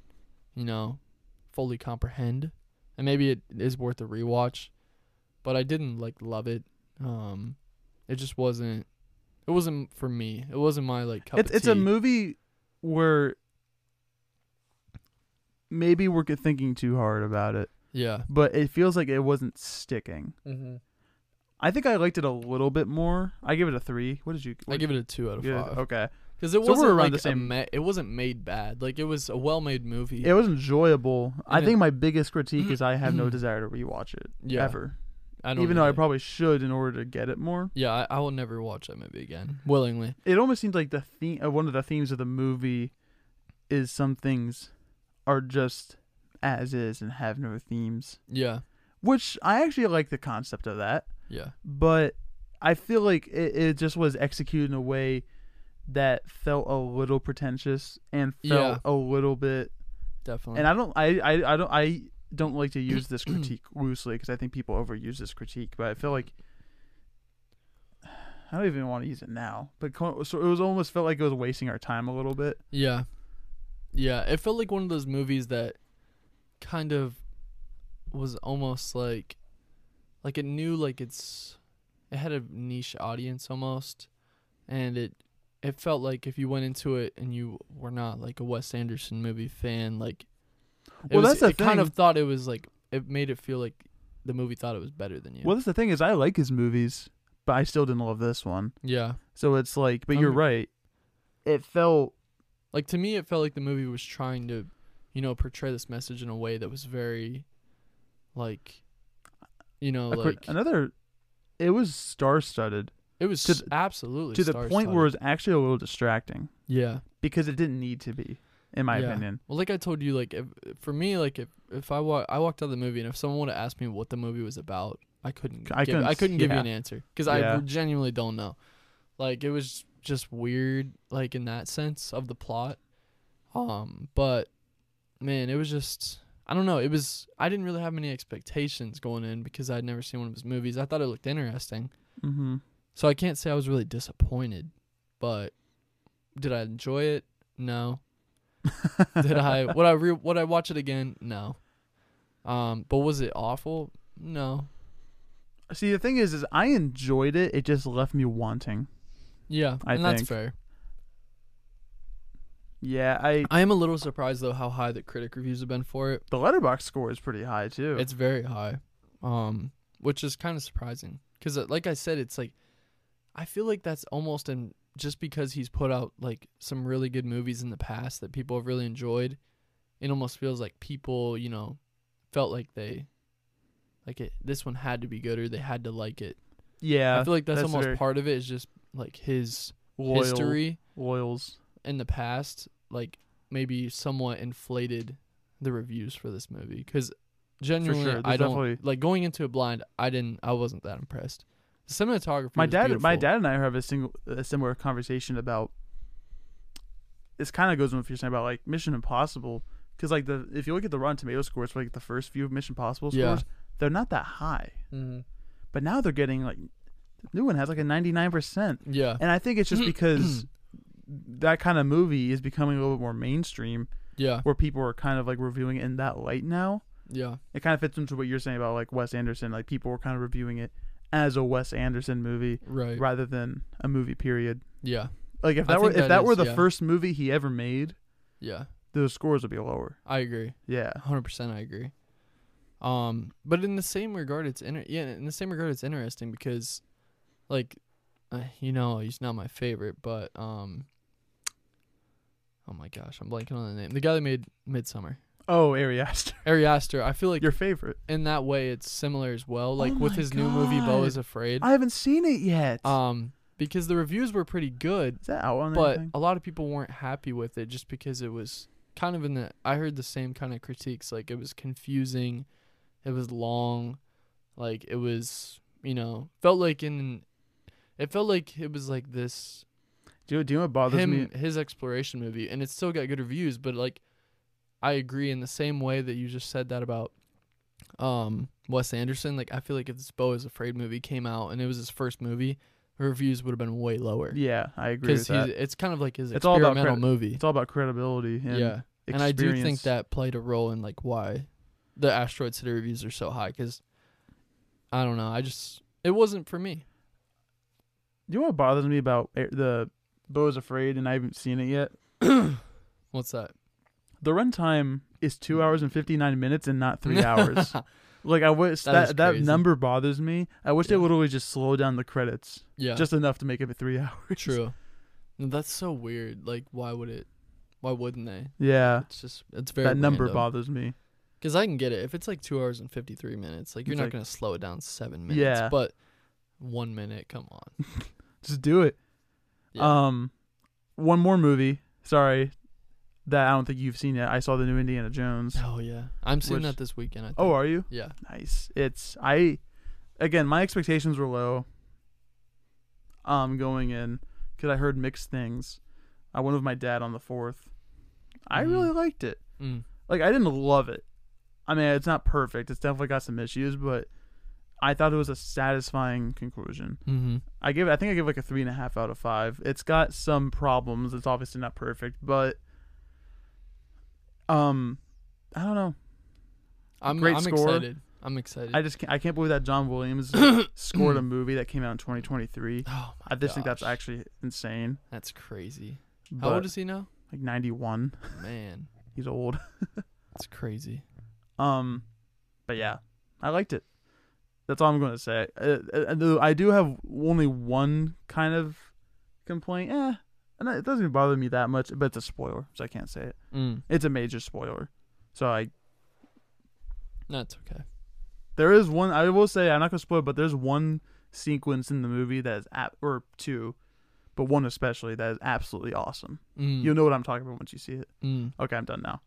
you know fully comprehend and maybe it is worth a rewatch but i didn't like love it um it just wasn't it wasn't for me it wasn't my like cup It's of it's a tea. movie where maybe we're thinking too hard about it, yeah but it feels like it wasn't sticking. mm-hmm. I think I liked it a little bit more. I give it a three. What did you? i what give it a two out of did you give five Okay, Because it So we're wasn't around like the a same- ma- it wasn't made bad. Like it was a well-made movie. it was enjoyable. I And it- think my biggest critique is I have no desire to rewatch it yeah, ever, I don't even though I either. probably should in order to get it more. yeah, I, I will never watch that movie again willingly. It almost seems like the theme, uh, one of the themes of the movie, is some things are just as is and have no themes. Yeah, which I actually like the concept of that, yeah, but I feel like it, it just was executed in a way that felt a little pretentious and felt a little bit. definitely. And I don't, I, I, I don't, I don't like to use this critique loosely because I think people overuse this critique, but I feel like I don't even want to use it now. But co- so it was almost felt like it was wasting our time a little bit. yeah, yeah. It felt like one of those movies that kind of was almost like, like it knew like it's, it had a niche audience almost, and it it felt like if you went into it and you were not like a Wes Anderson movie fan, like It Well, was- that's the it kind thing. of thought it was like it made it feel like the movie thought it was better than you. Well, that's the thing is I like his movies, but I still didn't love this one. Yeah, So it's like, but you're Um, right. It felt like to me, it felt like the movie was trying to, you know, portray this message in a way that was very, like, you know, a like quick- another it was star-studded it was to s- absolutely to the point star-studded. where it was actually a little distracting yeah, because it didn't need to be in my Yeah. opinion Well, like I told you, like if, for me, like if if I wa- I walked out of the movie and if someone would have asked me what the movie was about, I couldn't. I give, couldn't I s- couldn't give you yeah. an answer because I Yeah. genuinely don't know. Like it was just weird, like in that sense of the plot. Um, but man, it was just I don't know. It was I didn't really have many expectations going in because I'd never seen one of his movies. I thought it looked interesting, mm-hmm. so I can't say I was really disappointed, but Did I enjoy it? No. Did I would I re would I watch it again? No. Um, but was it awful? No. See, the thing is, is I enjoyed it. It just left me wanting. Yeah, I and that's think. fair. Yeah, I I am a little surprised though how high the critic reviews have been for it. the letterbox score is pretty high too. It's very high, um, which is kind of surprising because, like I said, it's like I feel like that's almost and just because he's put out like some really good movies in the past that people have really enjoyed, it almost feels like people, you know, felt like they like it. This one had to be good or they had to like it. yeah, I feel like that's, that's almost very- part of it. Is just like his loyal, history loyals. in the past, like maybe somewhat inflated the reviews for this movie because genuinely, sure. There's I don't definitely- like going into it blind. I didn't. I wasn't that impressed. The cinematography. My was dad, my beautiful. dad and I have a single a similar conversation about. This kind of goes with what you're saying about like Mission Impossible, because like the if you look at the Rotten Tomato scores for like the first few Mission Impossible Yeah. scores, they're not that high, but now they're getting like the new one has like a 99 percent, Yeah, and I think it's just because that kind of movie is becoming a little bit more mainstream, yeah, where people are kind of like reviewing it in that light now. yeah, It kind of fits into what you're saying about like Wes Anderson, like people were kind of reviewing it as a Wes Anderson movie right, rather than a movie period. yeah, Like if I that were think that if that were is- the yeah. first movie he ever made, yeah. those scores would be lower. I agree, Yeah. hundred percent. I agree. Um, but in the same regard, it's inter- yeah, in the same regard, it's interesting because, like, uh, you know, he's not my favorite, but um. Oh my gosh, I'm blanking on the name. The guy that made Midsummer. Oh, Ari Aster, Ari Aster, I feel like your favorite. in that way it's similar as well. Like Oh with my his new movie Bo God. is Afraid. I haven't seen it yet. um because the reviews were pretty good, Is that out on but anything? a lot of people weren't happy with it just because it was kind of in the I heard the same kind of critiques like it was confusing, it was long, like it was, you know, felt like in it felt like it was like this Do you, do you know what bothers him me? his exploration movie and it still got good reviews but like i agree in the same way that you just said that about um wes anderson like i feel like if this bo is afraid movie came out and it was his first movie the reviews would have been way lower Yeah, I agree with because that. it's kind of like his It's all about experimental movie It's all about credibility. And yeah and i do think experience. that played a role in like why the asteroid city reviews are so high because i don't know i just it wasn't for me Do you know what bothers me about Ar- the Bo's Afraid, and I haven't seen it yet. what's that The runtime is Mm. two hours and fifty nine minutes, and not three hours. Like I wish That that is that, crazy. number bothers me. I wish they Yeah. would always just slow down the credits yeah just enough to make it three hours. True. No, That's so weird. Like, why would it? Why wouldn't they? Yeah, It's just it's very that number bob. bothers me. Because I can get it if it's like two hours and fifty three minutes. Like you're It's not like- gonna slow it down seven minutes. Yeah. But one minute, come on. Just do it. Yeah. Um, one more movie. Sorry, that I don't think you've seen yet. I saw the new Indiana Jones. oh yeah, I'm seeing Which- that this weekend. I think. Oh, are you? yeah. Nice. It's I again, my expectations were low. Um, going in because I heard mixed things. I went with my dad on the fourth. I Mhm. really liked it. Mm. Like I didn't love it. I mean, it's not perfect. It's definitely got some issues, but I thought it was a satisfying conclusion. hmm I give. I think I give like a three and a half out of five. It's got some problems. It's obviously not perfect, but um, I don't know. I'm Great I'm score. excited. I'm excited. I just can't, I can't believe that John Williams scored a movie that came out in 2023. oh my I just think that's gosh. actually insane. that's crazy. But, How old is he now? like 91? Man, He's old. it's crazy. Um, but yeah, I liked it. That's all I'm going to say. Uh, uh, though I do have only one kind of complaint. Eh, and it doesn't even bother me that much. But it's a spoiler, so I can't say it. Mm. It's a major spoiler. So I That's okay. There is one. I will say I'm not gonna spoil, but there's one sequence in the movie that is ab- or two, but one especially that is absolutely awesome. Mm. You'll know what I'm talking about once you see it. Mm. Okay, I'm done now.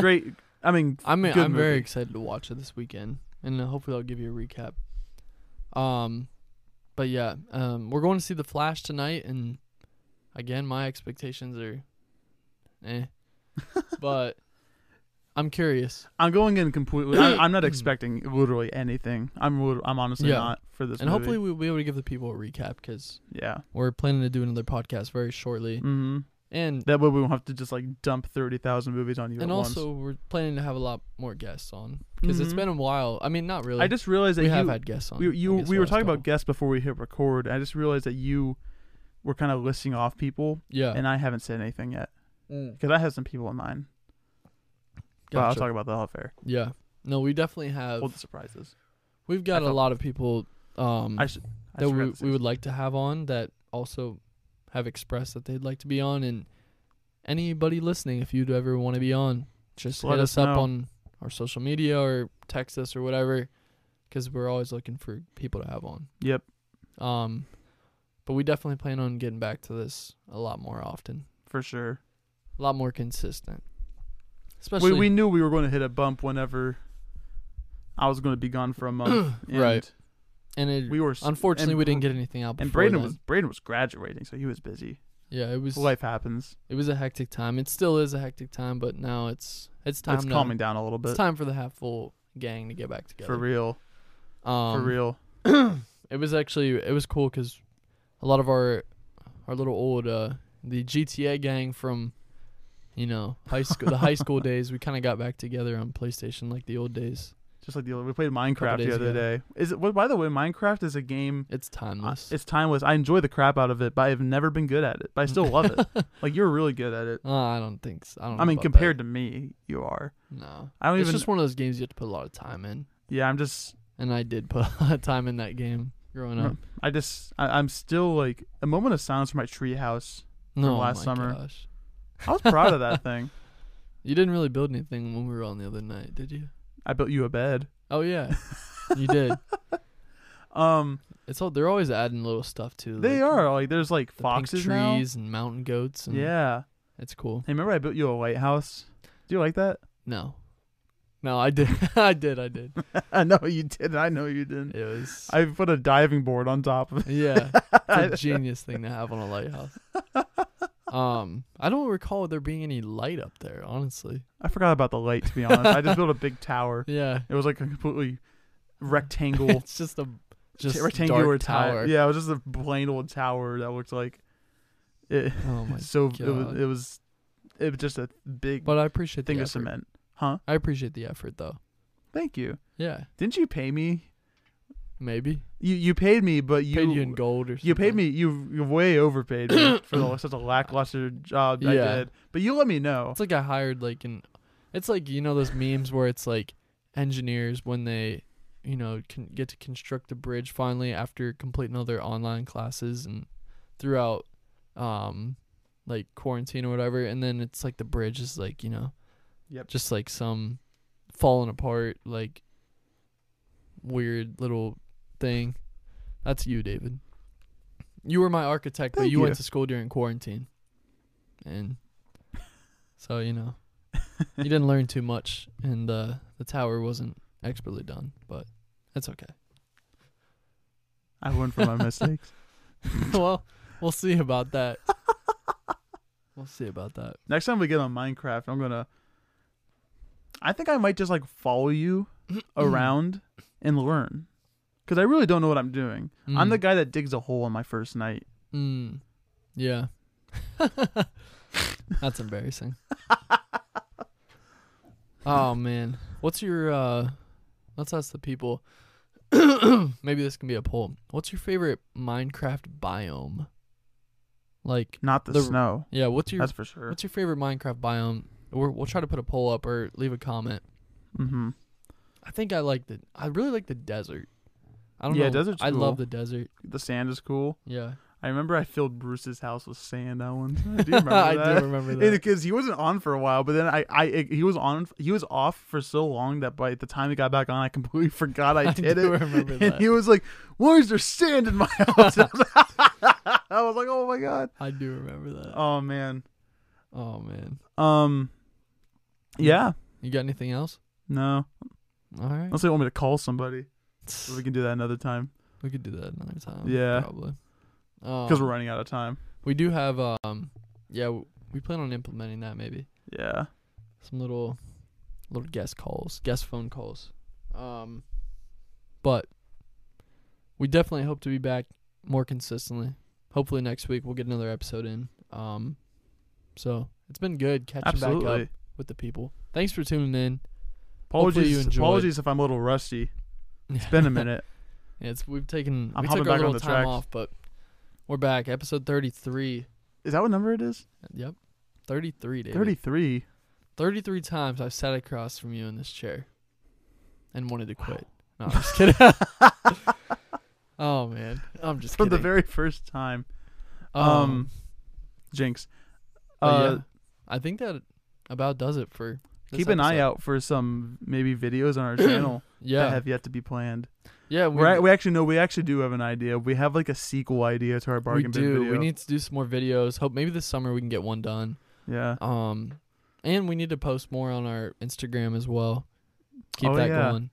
Great. I mean, I'm good I'm movie. very excited to watch it this weekend, and uh, hopefully I'll give you a recap. Um, but yeah, um, we're going to see the Flash tonight, and again, my expectations are, eh, but I'm curious. I'm going in completely. I, I'm not expecting literally anything. I'm lit- I'm honestly Hmm. Yeah. not for this. and movie. hopefully we'll be able to give the people a recap because yeah. we're planning to do another podcast very shortly. Mm-hmm. And That way we won't have to just like dump thirty thousand movies on you and at also once. we're planning to have a lot more guests on because it's Mhm. been a while. I mean, not really. I just realized that uh, we you, have had guests on. we I you guess we the were last talking about couple. guests before we hit record. I just realized that you were kind of listing off people, yeah. Mm. and I haven't said anything yet because I have some people in mind. But I'll Gotcha. talk about that off air. yeah. No, we definitely have. Hold the surprises. we've got I a thought- lot of people um, I should. I that forgot we, to say we would like to have on that also have expressed that they'd like to be on. And anybody listening, if you'd ever want to be on, just Let hit us us up know. on our social media or text us or whatever, because we're always looking for people to have on. Yep. Um, but we definitely plan on getting back to this a lot more often, for sure. a lot more consistent. Especially We, we knew we were going to hit a bump whenever I was going to be gone for a month. and Right. and it, We were s- unfortunately and we didn't Br- get anything out. And before Braden then. was Braden was graduating, so he was busy. yeah, it was Life happens. it was a hectic time. It still is a hectic time, but now it's it's time. it's to- calming down a little bit. It's time for the half full gang to get back together. For real. Um, for real. It was actually it was cool because a lot of our our little old uh the GTA gang from you know high school the high school days we kind of got back together on PlayStation like the old days. Just like the we played Minecraft days the other ago. day. Is it? Well, by the way, Minecraft is a game. It's I- timeless. Uh, It's timeless. I enjoy the crap out of it, but I've never been good at it. But I still love it. Like you're really good at it. Uh, I don't think so. I don't. I mean, compared to me, you are. to no, I don't it's even. just one of those games you have to put a lot of time in, yeah, I'm just. and I did put a lot of time in that game growing up. I just. I, I'm still like a moment of silence for my treehouse. No, last Oh my summer. gosh. I was proud of that thing. You didn't really build anything when we were on the other night, did you? I built you a bed. Oh yeah, you did. Um, It's all they're always adding little stuff too. they like are like there's like the pink foxes now. trees and mountain goats. And Yeah. it's cool. Hey, remember I built you a lighthouse? Do you like that? No, no, I did, I did, I did. no, you didn't. I know you didn't. It was I put a diving board on top of it. yeah, it's a genius thing to have on a lighthouse. Um, I don't recall there being any light up there, honestly. I forgot about the light to be honest. I just built a big tower. Yeah, It was like a completely rectangle it's just a just t- rectangular dark ti- tower. Yeah, it was just a plain old tower that looked like it Oh my. so it was God. it was it was just a big But I appreciate thing the of effort. cement. Huh? I appreciate the effort though. Thank you. Yeah, Didn't you pay me? maybe You you paid me, but you paid you in gold or something. You paid me. You you way overpaid me for the, such a lackluster job I Yeah. did. But you let me know. It's like I hired like an. It's like you know those memes where it's like engineers when they, you know, can get to construct a bridge finally after completing all their online classes and throughout, um, like quarantine or whatever, and then it's like the bridge is like you know, Yep. just like some falling apart like weird little thing. That's you, David. You were my architect, but Thank you, you. went to school during quarantine. And so, you know, you didn't learn too much and uh, the tower wasn't expertly done, but that's okay. I learned from my mistakes. well, we'll see about that. we'll see about that. Next time we get on Minecraft, I'm gonna. I think I might just like follow you Mm. around and learn, because I really don't know what I'm doing. I'm the Mm. guy that digs a hole on my first night. Mm. Yeah. That's embarrassing. oh man. What's your uh let's ask the people maybe this can be a poll. What's your favorite Minecraft biome? Like Not the, The- snow. yeah, what's your That's for sure. what's your favorite Minecraft biome? We're, we'll try to put a poll up or leave a comment. Mm-hmm. I think I like the I really like the desert. I don't Yeah, know. desert's I love the cool. desert. The sand is cool. Yeah. I remember I filled Bruce's house with sand that one time. Do you remember I that? do remember that. because he wasn't on for a while, but then I, I, he was on, he was off for so long that by the time he got back on, I completely forgot I I did do it. remember and that. he was like, "Why is there sand in my house?" I was like, "Oh my god!" I do remember that. Oh man. Oh man. Um. Yeah. You got anything else? No. All right. Unless they want me to call somebody, but we can do that another time We could do that another time. Yeah. Probably. because Because we're running out of time. we do have um yeah w- we plan on implementing that maybe Yeah. some little little guest calls, guest phone calls. Um, but we definitely hope to be back more consistently. Hopefully next week we'll get another episode in. Um, so it's been good catching back up Absolutely. with the people. Thanks for tuning in. Hopefully Apologies, you enjoyed. apologies if I'm a little rusty. It's been a minute. Yeah, it's we've taken I'm we hopping took back our little on the time tracks. off, but we're back. Episode thirty three. Is that what number it is? Yep, thirty three. Thirty 33. 33 times I've sat across from you in this chair and wanted to quit. No, I'm just kidding. oh man, I'm just For kidding. the very first time. um, um, Jinx. but Uh, yeah, I think that about does it for. this keep an eye episode. out for some maybe videos on our channel that Yeah, have yet to be planned. yeah, We, we, are we actually know we actually do have an idea. We have like a sequel idea to our we bargain bin do. video. We need to do some more videos. Hope maybe this summer we can get one done. yeah. Um, and we need to post more on our Instagram as well. Keep Oh, that yeah. Mm. going.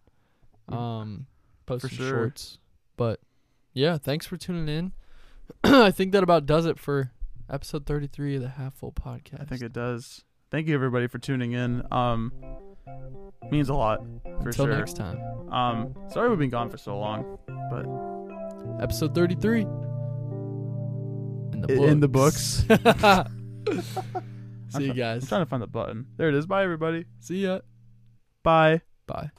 Um, post For some sure. shorts. But yeah, thanks for tuning in. I think that about does it for episode 33 of the Half Full Podcast. I think it does. Thank you everybody for tuning in. Um means a lot for Until sure. next time, Um sorry we've been gone for so long, but episode 33. In the I- in the See you I'm guys. trying to find the button. There it is. Bye everybody. See ya. Bye. Bye.